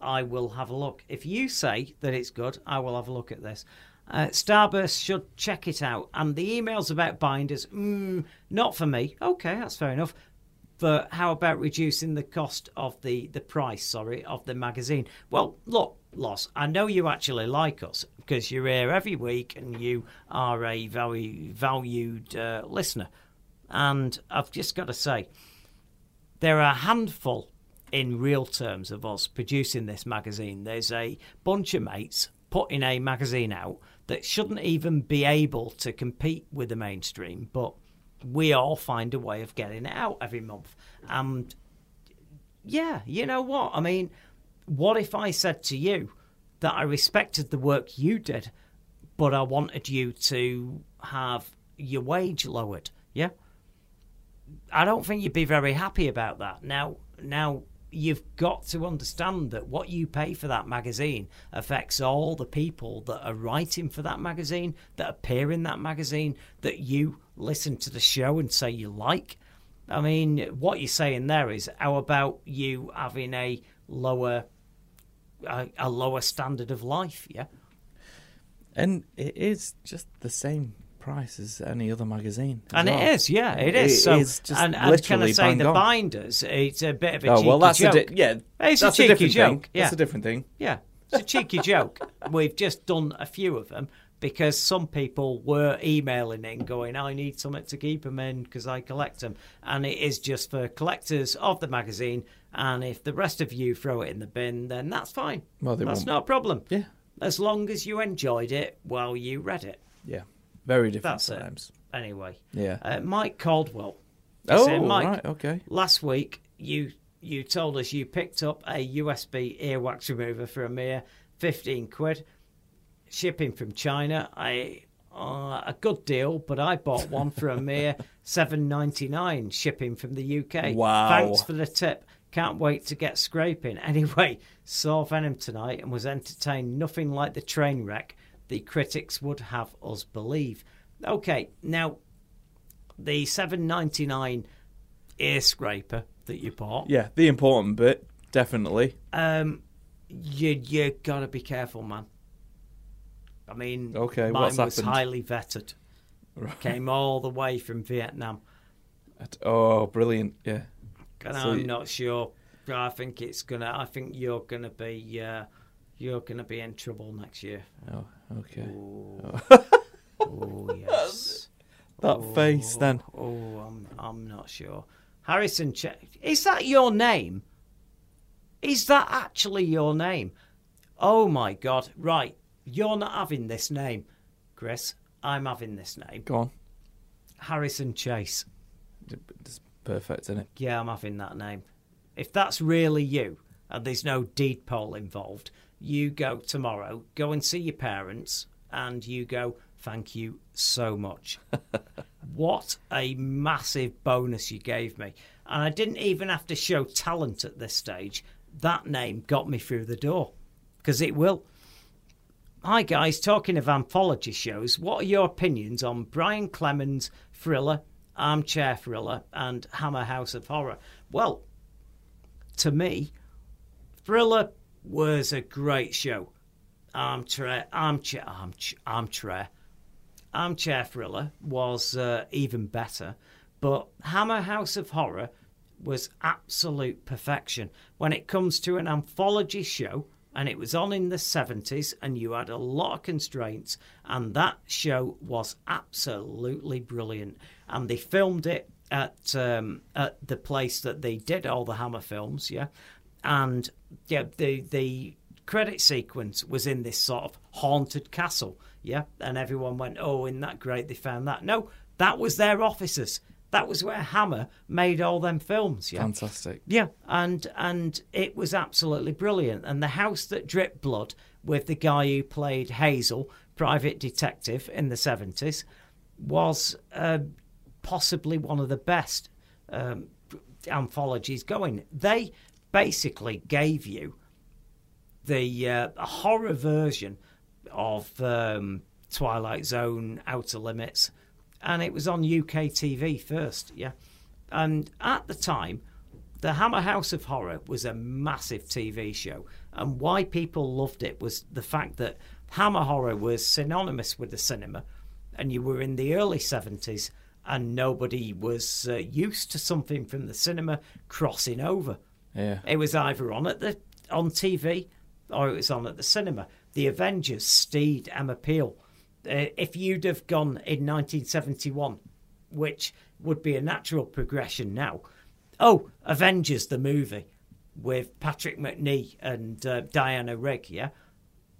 I will have a look. If you say that it's good, I will have a look at this. Uh, Starburst should check it out. And the emails about binders, mm, not for me. Okay, that's fair enough. But how about reducing the cost of the, the price, sorry, of the magazine? Well, look, Loss, I know you actually like us because you're here every week and you are a very valued uh, listener. And I've just got to say, there are a handful in real terms of us producing this magazine. There's a bunch of mates putting a magazine out that shouldn't even be able to compete with the mainstream, but we all find a way of getting it out every month. And yeah, you know what? I mean, what if I said to you that I respected the work you did, but I wanted you to have your wage lowered? Yeah. I don't think you'd be very happy about that. Now, now you've got to understand that what you pay for that magazine affects all the people that are writing for that magazine, that appear in that magazine, that you listen to the show and say you like. I mean, what you're saying there is how about you having a lower a, a lower standard of life, yeah?
And it is just the same price as any other magazine. as
And
well.
it is, yeah, it is. so,
just
and, and can I
literally
say
bang
the
on.
binders? It's a bit of a
Oh
cheeky
well, that's
joke.
a di- yeah.
it's
that's
a cheeky
different
joke.
Thing.
Yeah,
That's a different thing.
Yeah, it's a cheeky joke. We've just done a few of them because some people were emailing in, going, "I need something to keep them in because I collect them," and it is just for collectors of the magazine. And if the rest of you throw it in the bin, then that's fine.
Well, they
that's
won't-
not a problem.
Yeah.
as long as you enjoyed it while you read it.
Yeah, very different
That's it.
times.
Anyway,
Yeah.
uh, Mike Caldwell.
Oh,
So, Mike,
right, okay.
Last week, you you told us you picked up a USB earwax remover for a mere fifteen quid, shipping from China. I uh, a good deal, but I bought one for a mere seven ninety nine, shipping from the UK.
Wow.
Thanks for the tip. Can't wait to get scraping. Anyway, saw Venom tonight and was entertained nothing like the train wreck the critics would have us believe. Okay, now the 799 ear scraper that you bought.
Yeah, the important bit definitely.
Um, you you gotta be careful, man. I mean,
Okay,
mine
what's
was
happened?
highly vetted. Came all the way from Vietnam,
At- Oh, brilliant! Yeah.
and
So
I'm
you-
not sure. I think it's gonna. I think you're gonna be. Uh, you're gonna be in trouble next year.
Oh, okay.
Oh yes.
That face then.
Oh, I'm I'm not sure. Harrison, che- is that your name? Is that actually your name? Oh my God! Right, you're not having this name, Chris. I'm having this name,
Go on.
Harrison Chase.
It's perfect, isn't it?
Yeah, I'm having that name. If that's really you and there's no deed poll involved, you go tomorrow, go and see your parents, and you go, thank you so much. what a massive bonus you gave me. And I didn't even have to show talent at this stage. That name got me through the door because it will. Hi guys, talking of anthology shows, what are your opinions on Brian Clemens' Thriller, Armchair Thriller, and Hammer House of Horror? Well, to me, Thriller was a great show. Armchair, Armchair, Armchair, Armchair, Armchair Thriller was uh, even better, but Hammer House of Horror was absolute perfection. When it comes to an anthology show, and it was on in the 70s, and you had a lot of constraints, and that show was absolutely brilliant. And they filmed it at um, at the place that they did all the Hammer films, yeah. And yeah, the the credit sequence was in this sort of haunted castle. Yeah. And everyone went, oh, isn't that great? They found that. No, that was their offices. That was where Hammer made all them films. Yeah.
Fantastic.
Yeah, and and it was absolutely brilliant. And the house that dripped blood with the guy who played Hazel, private detective in the seventies, was uh, possibly one of the best um, anthologies going. They basically gave you the uh, a horror version of um, Twilight Zone, Outer Limits, and it was on UK TV first. Yeah, and at the time, the Hammer House of Horror was a massive TV show, and why people loved it was the fact that Hammer Horror was synonymous with the cinema, and you were in the early seventies. And nobody was uh, used to something from the cinema crossing over.
Yeah.
It was either on at the on TV or it was on at the cinema. The Avengers, Steed, Emma Peel. Uh, if you'd have gone in 1971, which would be a natural progression now, oh, Avengers the movie with Patrick McNee and uh, Diana Rigg, yeah,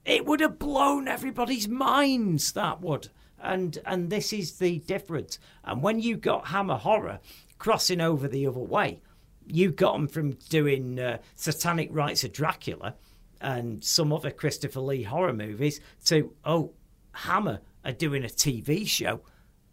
it would have blown everybody's minds. That would, and and this is the difference. And when you got Hammer Horror crossing over the other way, you got them from doing uh, Satanic Rites of Dracula and some other Christopher Lee horror movies to, oh, Hammer are doing a TV show.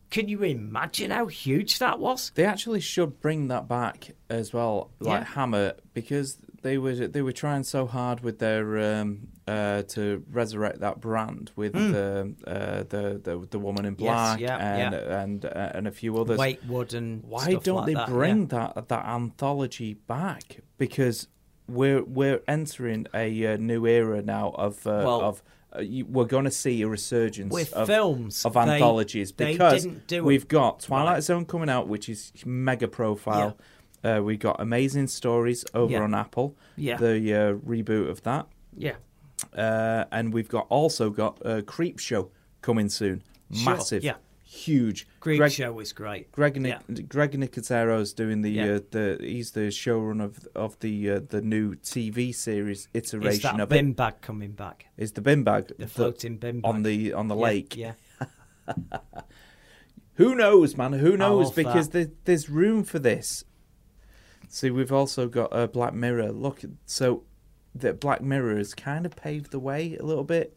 Can you imagine how huge that was?
They actually should bring that back as well, like
Yeah.
Hammer, because they were they were trying so hard with their um, uh, to resurrect that brand with the, uh, the the the woman in
Hmm. Yes,
black
yeah,
and
yeah.
and uh, and a few others.
Waitwood and
why
stuff
don't
like
they
that,
bring that that anthology back? Because we're we're entering a uh, new era now of uh,
Well-
of. Uh, you, we're going to see a resurgence
With
of
films,
of
they-
anthologies
they
because
didn't do it.
we've got Twilight Zone coming out, which is mega profile. Uh, we got Amazing Stories over
Yeah.
on Apple,
Yeah.
the uh, reboot of that,
yeah.
uh, and we've got also got uh, Creep Show coming soon.
Sure,
Massive,
yeah.
huge.
Great
Greg,
show was great.
Greg, Nic-
yeah.
Greg Nicotero's doing the
Yeah.
uh, the he's the showrunner of of the uh, the new TV series iteration
Is that
of
bin
it.
bag coming back?
Is the bin bag
The floating bin bag.
on the on the
Yeah,
lake?
Yeah.
Who knows, man? Who knows?
love
Because
that.
there, there's room for this. See, we've also got uh, Black Mirror. Look, so that Black Mirror has kind of paved the way a little bit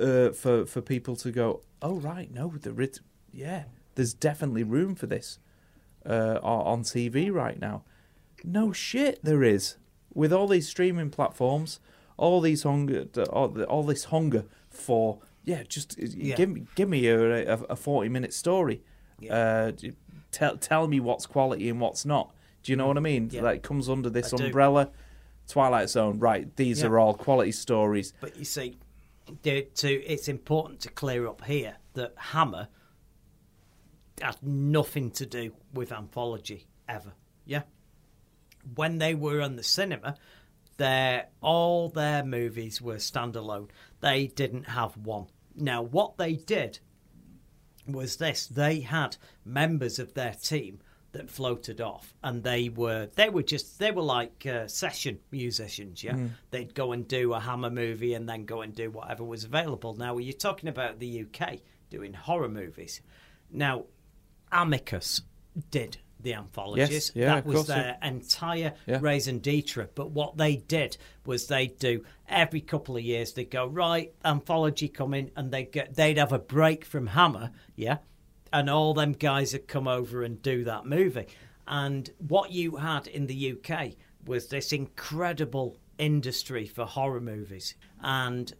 uh, for for people to go. Oh right, no, there is. Yeah, there's definitely room for this uh, o- on TV right now. No shit, there is. With all these streaming platforms, all these hunger, all, the- all this hunger for yeah, just uh, give me give me a, a, a forty minute story. Uh, d- tell tell me what's quality and what's not. Do you know what I mean?
Yeah.
That comes under this
I do.
umbrella. Twilight Zone, right? These
Yeah.
are all quality stories.
But you see, the- to, it's important to clear up here that Hammer had nothing to do with anthology ever. Yeah. When they were in the cinema, their all their movies were standalone. They didn't have one. Now, what they did was this: they had members of their team that floated off, and they were they were just they were like uh, session musicians. Yeah, they'd go and do a Hammer movie, and then go and do whatever was available. Now, you're talking about the UK doing horror movies. Now, Amicus did the anthologies.
Yes, yeah,
that
of
was
course, yeah.
their entire
Yeah.
raison d'etre. But what they did was they'd do every couple of years. They'd go right anthology come in, and they get they'd have a break from Hammer, yeah, and all them guys would come over and do that movie. And what you had in the UK was this incredible industry for horror movies, and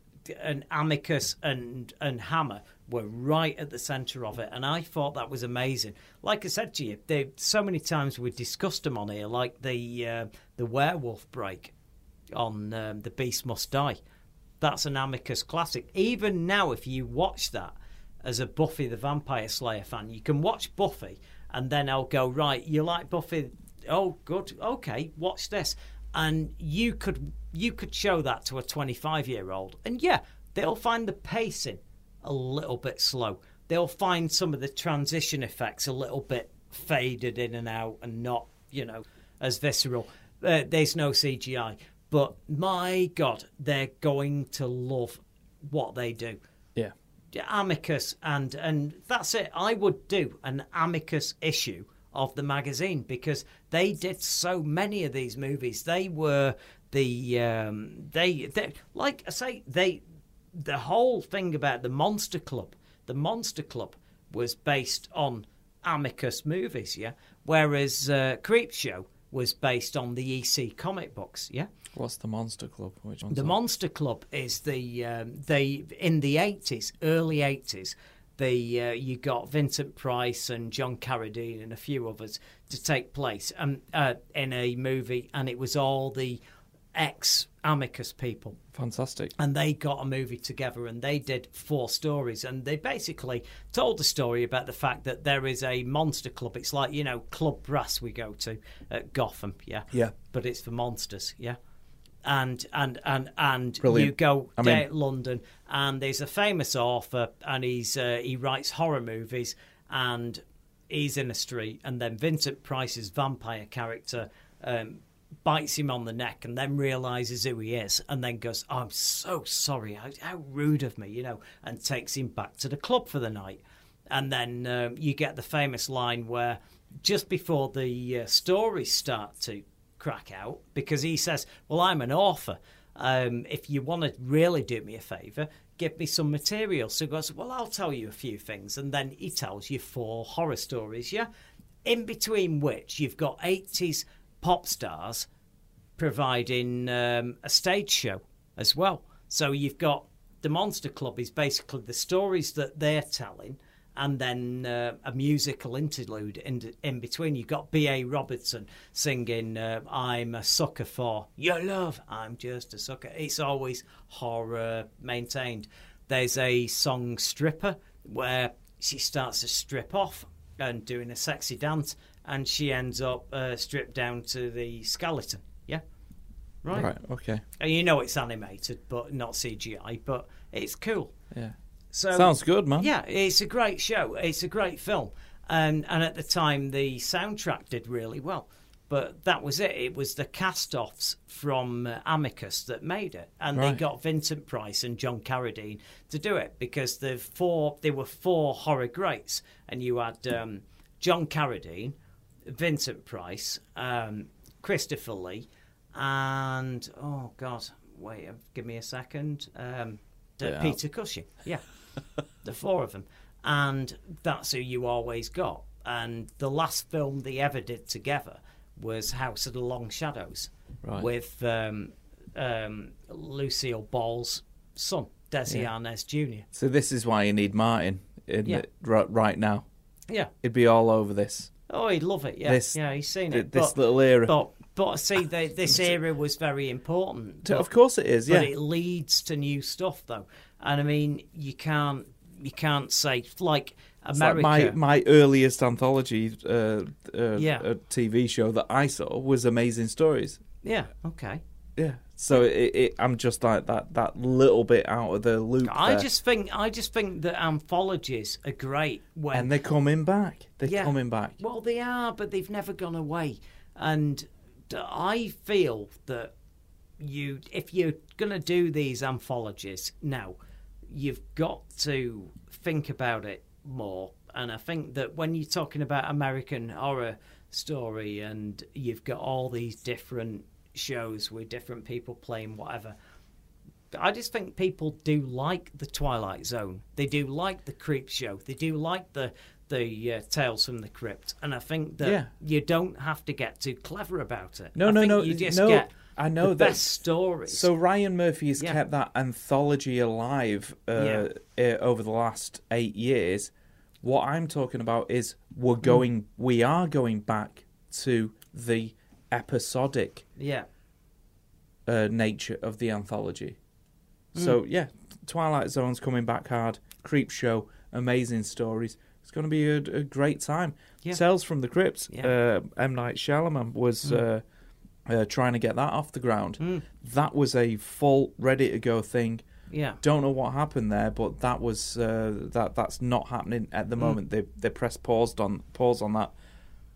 and Amicus and and Hammer were right at the centre of it, and I thought that was amazing. Like I said to you, they, so many times we discussed them on here, like the uh, the werewolf break on um, the Beast Must Die. That's an Amicus classic. Even now, if you watch that as a Buffy the Vampire Slayer fan, you can watch Buffy, and then I'll go right. You like Buffy? Oh, good. Okay, watch this, and you could you could show that to a twenty five year old, and yeah, they'll find the pacing a little bit slow. They'll find some of the transition effects a little bit faded in and out and not, you know, as visceral. Uh, there's no CGI. But my God, they're going to love what they do.
Yeah.
Amicus, and, and that's it. I would do an amicus issue of the magazine because they did so many of these movies. They were the um, they, they like I say they the whole thing about the Monster Club, the Monster Club was based on Amicus movies, yeah. Whereas uh, Creep Show was based on the EC comic books. Yeah.
What's the Monster Club? Which
The Monster Club is the um, they in the eighties, early eighties. The uh, you got Vincent Price and John Carradine and a few others to take place um, uh, in a movie, and it was all the ex Amicus people.
Fantastic.
And they got a movie together and they did four stories. And they basically told the story about the fact that there is a monster club. It's like, you know, Club Brass we go to at Gotham. Yeah.
Yeah.
But it's for monsters. Yeah. And and and and
Brilliant.
you go
I'm
down
in.
London, and there's a famous author, and he's uh, he writes horror movies, and he's in a street, and then Vincent Price's vampire character um, bites him on the neck, and then realizes who he is, and then goes, "I'm so sorry, how, how rude of me," you know, and takes him back to the club for the night, and then um, you get the famous line where just before the uh, stories start to crack out, because he says, "Well, I'm an author." um, if you want to really do me a favour, give me some material. So he goes, well, I'll tell you a few things. And then he tells you four horror stories, yeah? In between which you've got 80s pop stars providing um, a stage show as well. So you've got the Monster Club is basically the stories that they're telling, and then uh, a musical interlude in, in between. You've got B.A. Robertson singing uh, "I'm a sucker for your love." I'm just a sucker. It's always horror maintained. There's a song stripper where she starts to strip off and doing a sexy dance, and she ends up uh, stripped down to the skeleton. Yeah, right.
Right, okay.
And you know it's animated, but not CGI. But it's cool.
Yeah.
So
Sounds good, man.
Yeah, it's a great show. It's a great film, and and at the time the soundtrack did really well. But that was it. It was the cast-offs from uh, Amicus that made it, and they
Right.
got Vincent Price and John Carradine to do it because the four there were four horror greats, and you had um, John Carradine, Vincent Price, um, Christopher Lee, and oh god, wait, uh, give me a second, um, d-
Yeah.
Peter Cushing, yeah, the four of them, and that's who you always got. And the last film they ever did together was House of the Long Shadows
Right.
with um, um, Lucille Ball's son, Desi
Yeah.
Arnaz Jr.
So this is why you need Martin in
Yeah.
the, right, right now.
Yeah.
He'd be all over this.
Oh, he'd love it. Yeah,
This-
yeah, he's seen
th-
it.
this
but,
little era.
But but see, the, this era was very important.
T-
But-
of course it is,
But
yeah.
it leads to new stuff though, and I mean, you can't you can't say like
It's
America.
Like my my earliest anthology uh, uh,
Yeah.
uh, TV show that I saw was Amazing Stories.
Yeah. Okay.
Yeah. So it, it, I'm just like that that little bit out of the loop.
I
there.
just think I just think that anthologies are great when
and they're coming back. They're coming back.
Well, they are, but they've never gone away. And d- I feel that you, if you're going to do these anthologies now, you've got to think about it more. And I think that when you're talking about American horror story and you've got all these different shows with different people playing whatever, I just think people do like the Twilight Zone. They do like the Creep Show. They do like the the uh, Tales from the Crypt. And I think that
Yeah.
you don't have to get too clever about it.
No,
I
no,
think
no.
You just
no,
get
I know
the
that.
best stories.
So Ryan Murphy has
Yeah.
kept that anthology alive uh, uh, over the last eight years. What I'm talking about is we're
Mm.
going, we are going back to the episodic
yeah,
uh, nature of the anthology.
Hmm.
So yeah, Twilight Zone's coming back hard. Creep Show, amazing stories. It's going to be a, a great time.
Yeah.
Tales from the Crypt. Uh, M Night Shyamalan was
Mm.
uh, uh, trying to get that off the ground.
Hmm.
That was a full ready to go thing.
Yeah.
Don't know what happened there, but that was uh, that. That's not happening at the
Mm.
moment. They they press paused on pause on that.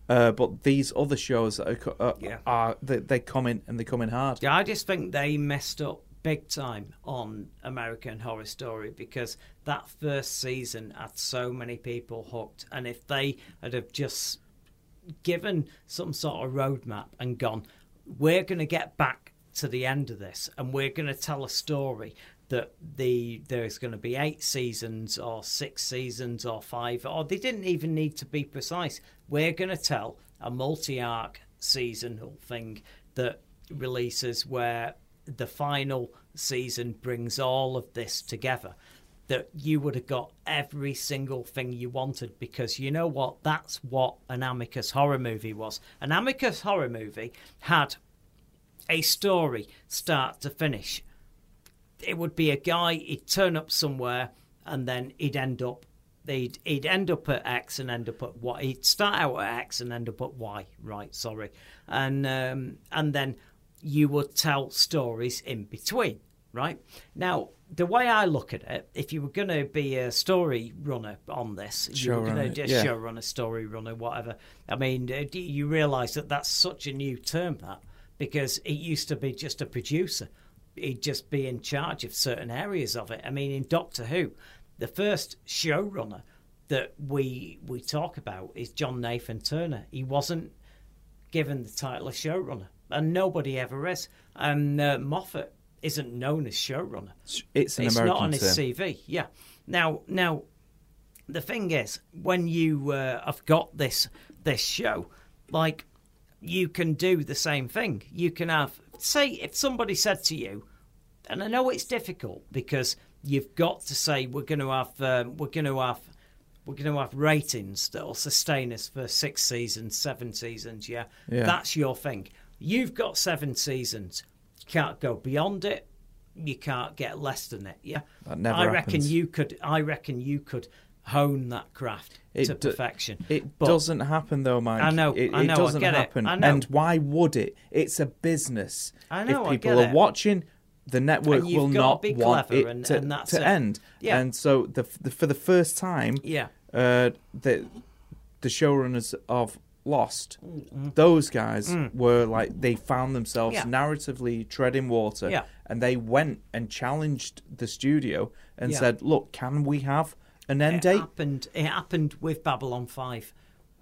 Uh, but these other shows that are, co- uh, are they, they come in and they come in hard.
Yeah, I just think they messed up big time on American Horror Story because that first season had so many people hooked, and if they had have just given some sort of roadmap and gone, we're going to get back to the end of this, and we're going to tell a story that the there's going to be eight seasons or six seasons or five or they didn't even need to be precise we're going to tell a multi-arc seasonal thing that releases where the final season brings all of this together that you would have got every single thing you wanted because you know what? That's what an Amicus horror movie was. An Amicus horror movie had a story start to finish. It would be a guy, he'd turn up somewhere and then he'd end up. He'd, he'd end up at X and end up at Y. He'd start out at X and end up at Y. Right, sorry, and um, and then you would tell stories in between. Right now, the way I look at it, if you were going to be a story runner on this, you were going to just
yeah.
showrunner, story runner, whatever. I mean, uh, do you realise that that's such a new term that because it used to be just a producer, he'd just be in charge of certain areas of it. I mean, in Doctor Who, the first showrunner that we we talk about is John Nathan Turner. He wasn't given the title of showrunner, and nobody ever is. And uh, Moffat isn't known as showrunner.
It's an
it's
American
not on his
term.
CV. Yeah. Now, now, the thing is, when you uh, have got this this show, like you can do the same thing. You can have say if somebody said to you, and I know it's difficult because you've got to say we're going to have um, we're going to have we're going to have ratings that will sustain us for six seasons, seven seasons. Yeah,
Yeah.
that's your thing. You've got seven seasons. You can't go beyond it. You can't get less than it. Yeah,
That never
I reckon
happens.
you could. I reckon you could hone that craft
It
to
do-
perfection.
It
But-
doesn't happen though, Mike.
I know,
It,
I
it
know, I
doesn't
get it,
happen.
I know.
And why would it? It's a business.
I know,
If
I
people
get
are
it.
watching, the network
And you've
will
gotta
not
be
want
clever
it
and-
to,
and that's
to
it.
end.
Yeah.
And so the, the for the first time,
Yeah.
uh, the the showrunners of Lost, those guys were like they found themselves
Mm-hmm. Mm. Yeah.
narratively treading water,
Yeah.
and they went and challenged the studio and
Yeah.
said, "Look, can we have an end
it
date?"
happened. It happened with Babylon Five,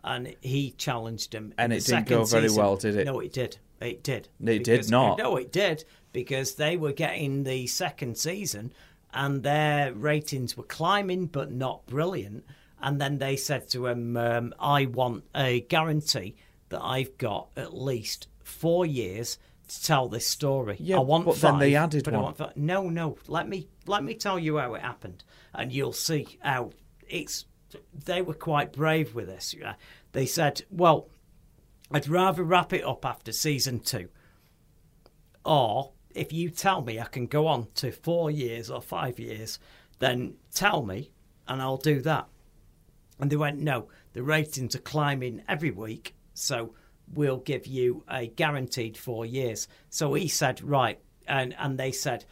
and he challenged him. in
And
the
it didn't go
second
very
season.
well, did it?
No, it did. It did.
It did not.
No, it did because they were getting the second season, and their ratings were climbing, but not brilliant. And then they said to him, um, "I want a guarantee that I've got at least four years." To tell this story,
Yeah,
I want
but
five.
then they added
but I
one.
want but no, no. Let me let me tell you how it happened, and you'll see how it's. They were quite brave with this. Yeah, they said, "Well, I'd rather wrap it up after season two, or if you tell me I can go on to four years or five years, then tell me, and I'll do that." And they went, "No, the ratings are climbing every week, so we'll give you a guaranteed four years." So he said, "Right," and and they said,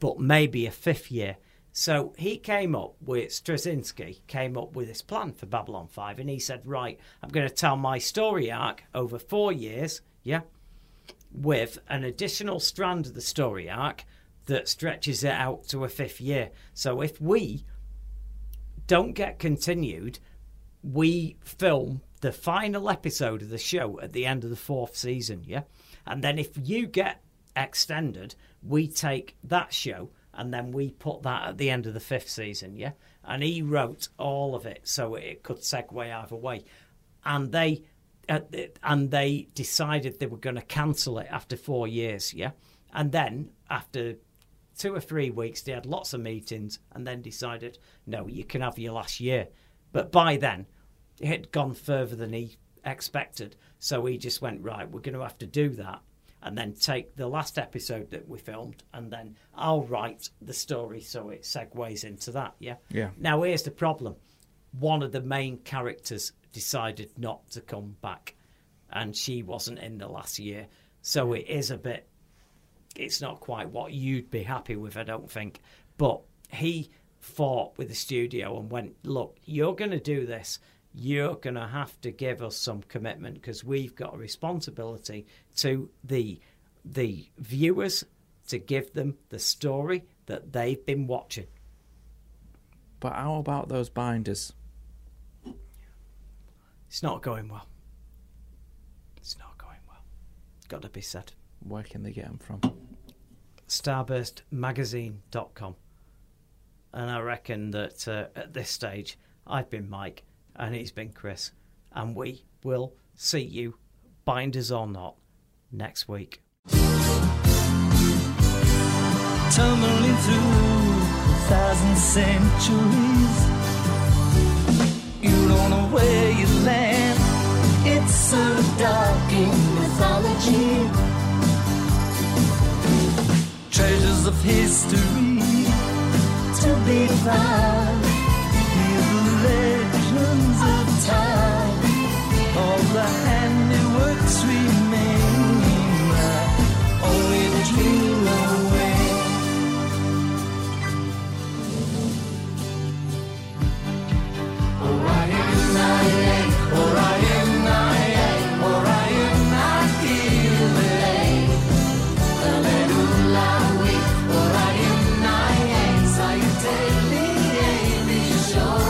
but maybe a fifth year. So he came up with Straczynski came up with this plan for Babylon Five, and he said, "Right, I'm going to tell my story arc over four years, yeah, with an additional strand of the story arc that stretches it out to a fifth year. So if we don't get continued, we film the final episode of the show at the end of the fourth season, yeah? And then if you get extended, we take that show and then we put that at the end of the fifth season, yeah? And he wrote all of it so it could segue either way. And they at the- and they decided they were going to cancel it after four years, yeah? And then after two or three weeks, they had lots of meetings and then decided, no, you can have your last year. But by then, it had gone further than he expected. So he just went, right, we're going to have to do that and then take the last episode that we filmed and then I'll write the story so it segues into that. Yeah.
Yeah.
Now, here's the problem one of the main characters decided not to come back and she wasn't in the last year. So it is a bit it's not quite what you'd be happy with, I don't think. But he fought with the studio and went, look, you're going to do this. You're going to have to give us some commitment because we've got a responsibility to the the viewers to give them the story that they've been watching.
But how about those binders?
It's not going well. It's not going well. Got to be said.
Where can they get them from?
starburstmagazine.com. And I reckon that uh, at this stage, I've been Mike and he's been Chris. And we will see you binders or not, next week.
Tumbling through a thousand centuries, you don't know where you land. It's so dark in mythology. Treasures of history to be found. Hear the legends of time. All the handiworks remain. Only the dream away. Orion, I am. Orion, I am. Orion, I feel the lay. Hallelujah, we. Orion, I am. Sayateli, Eli, Shor.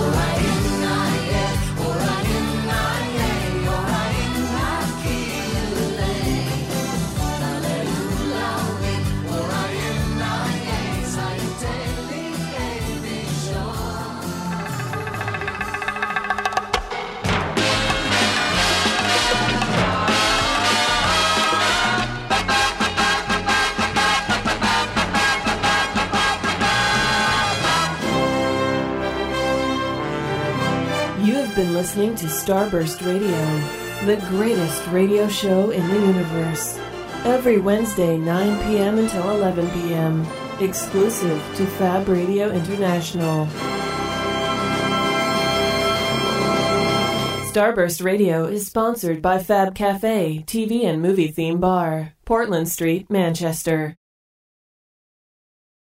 Orion, I am. Orion, I am. Orion, I feel the lay. Hallelujah, we. Orion, I am. Sayateli, Eli, Shor.
You have been listening to Starburst Radio, the greatest radio show in the universe. Every Wednesday, 9 p.m. until 11 p.m., exclusive to Fab Radio International. Starburst Radio is sponsored by Fab Cafe, TV and movie theme bar, Portland Street, Manchester.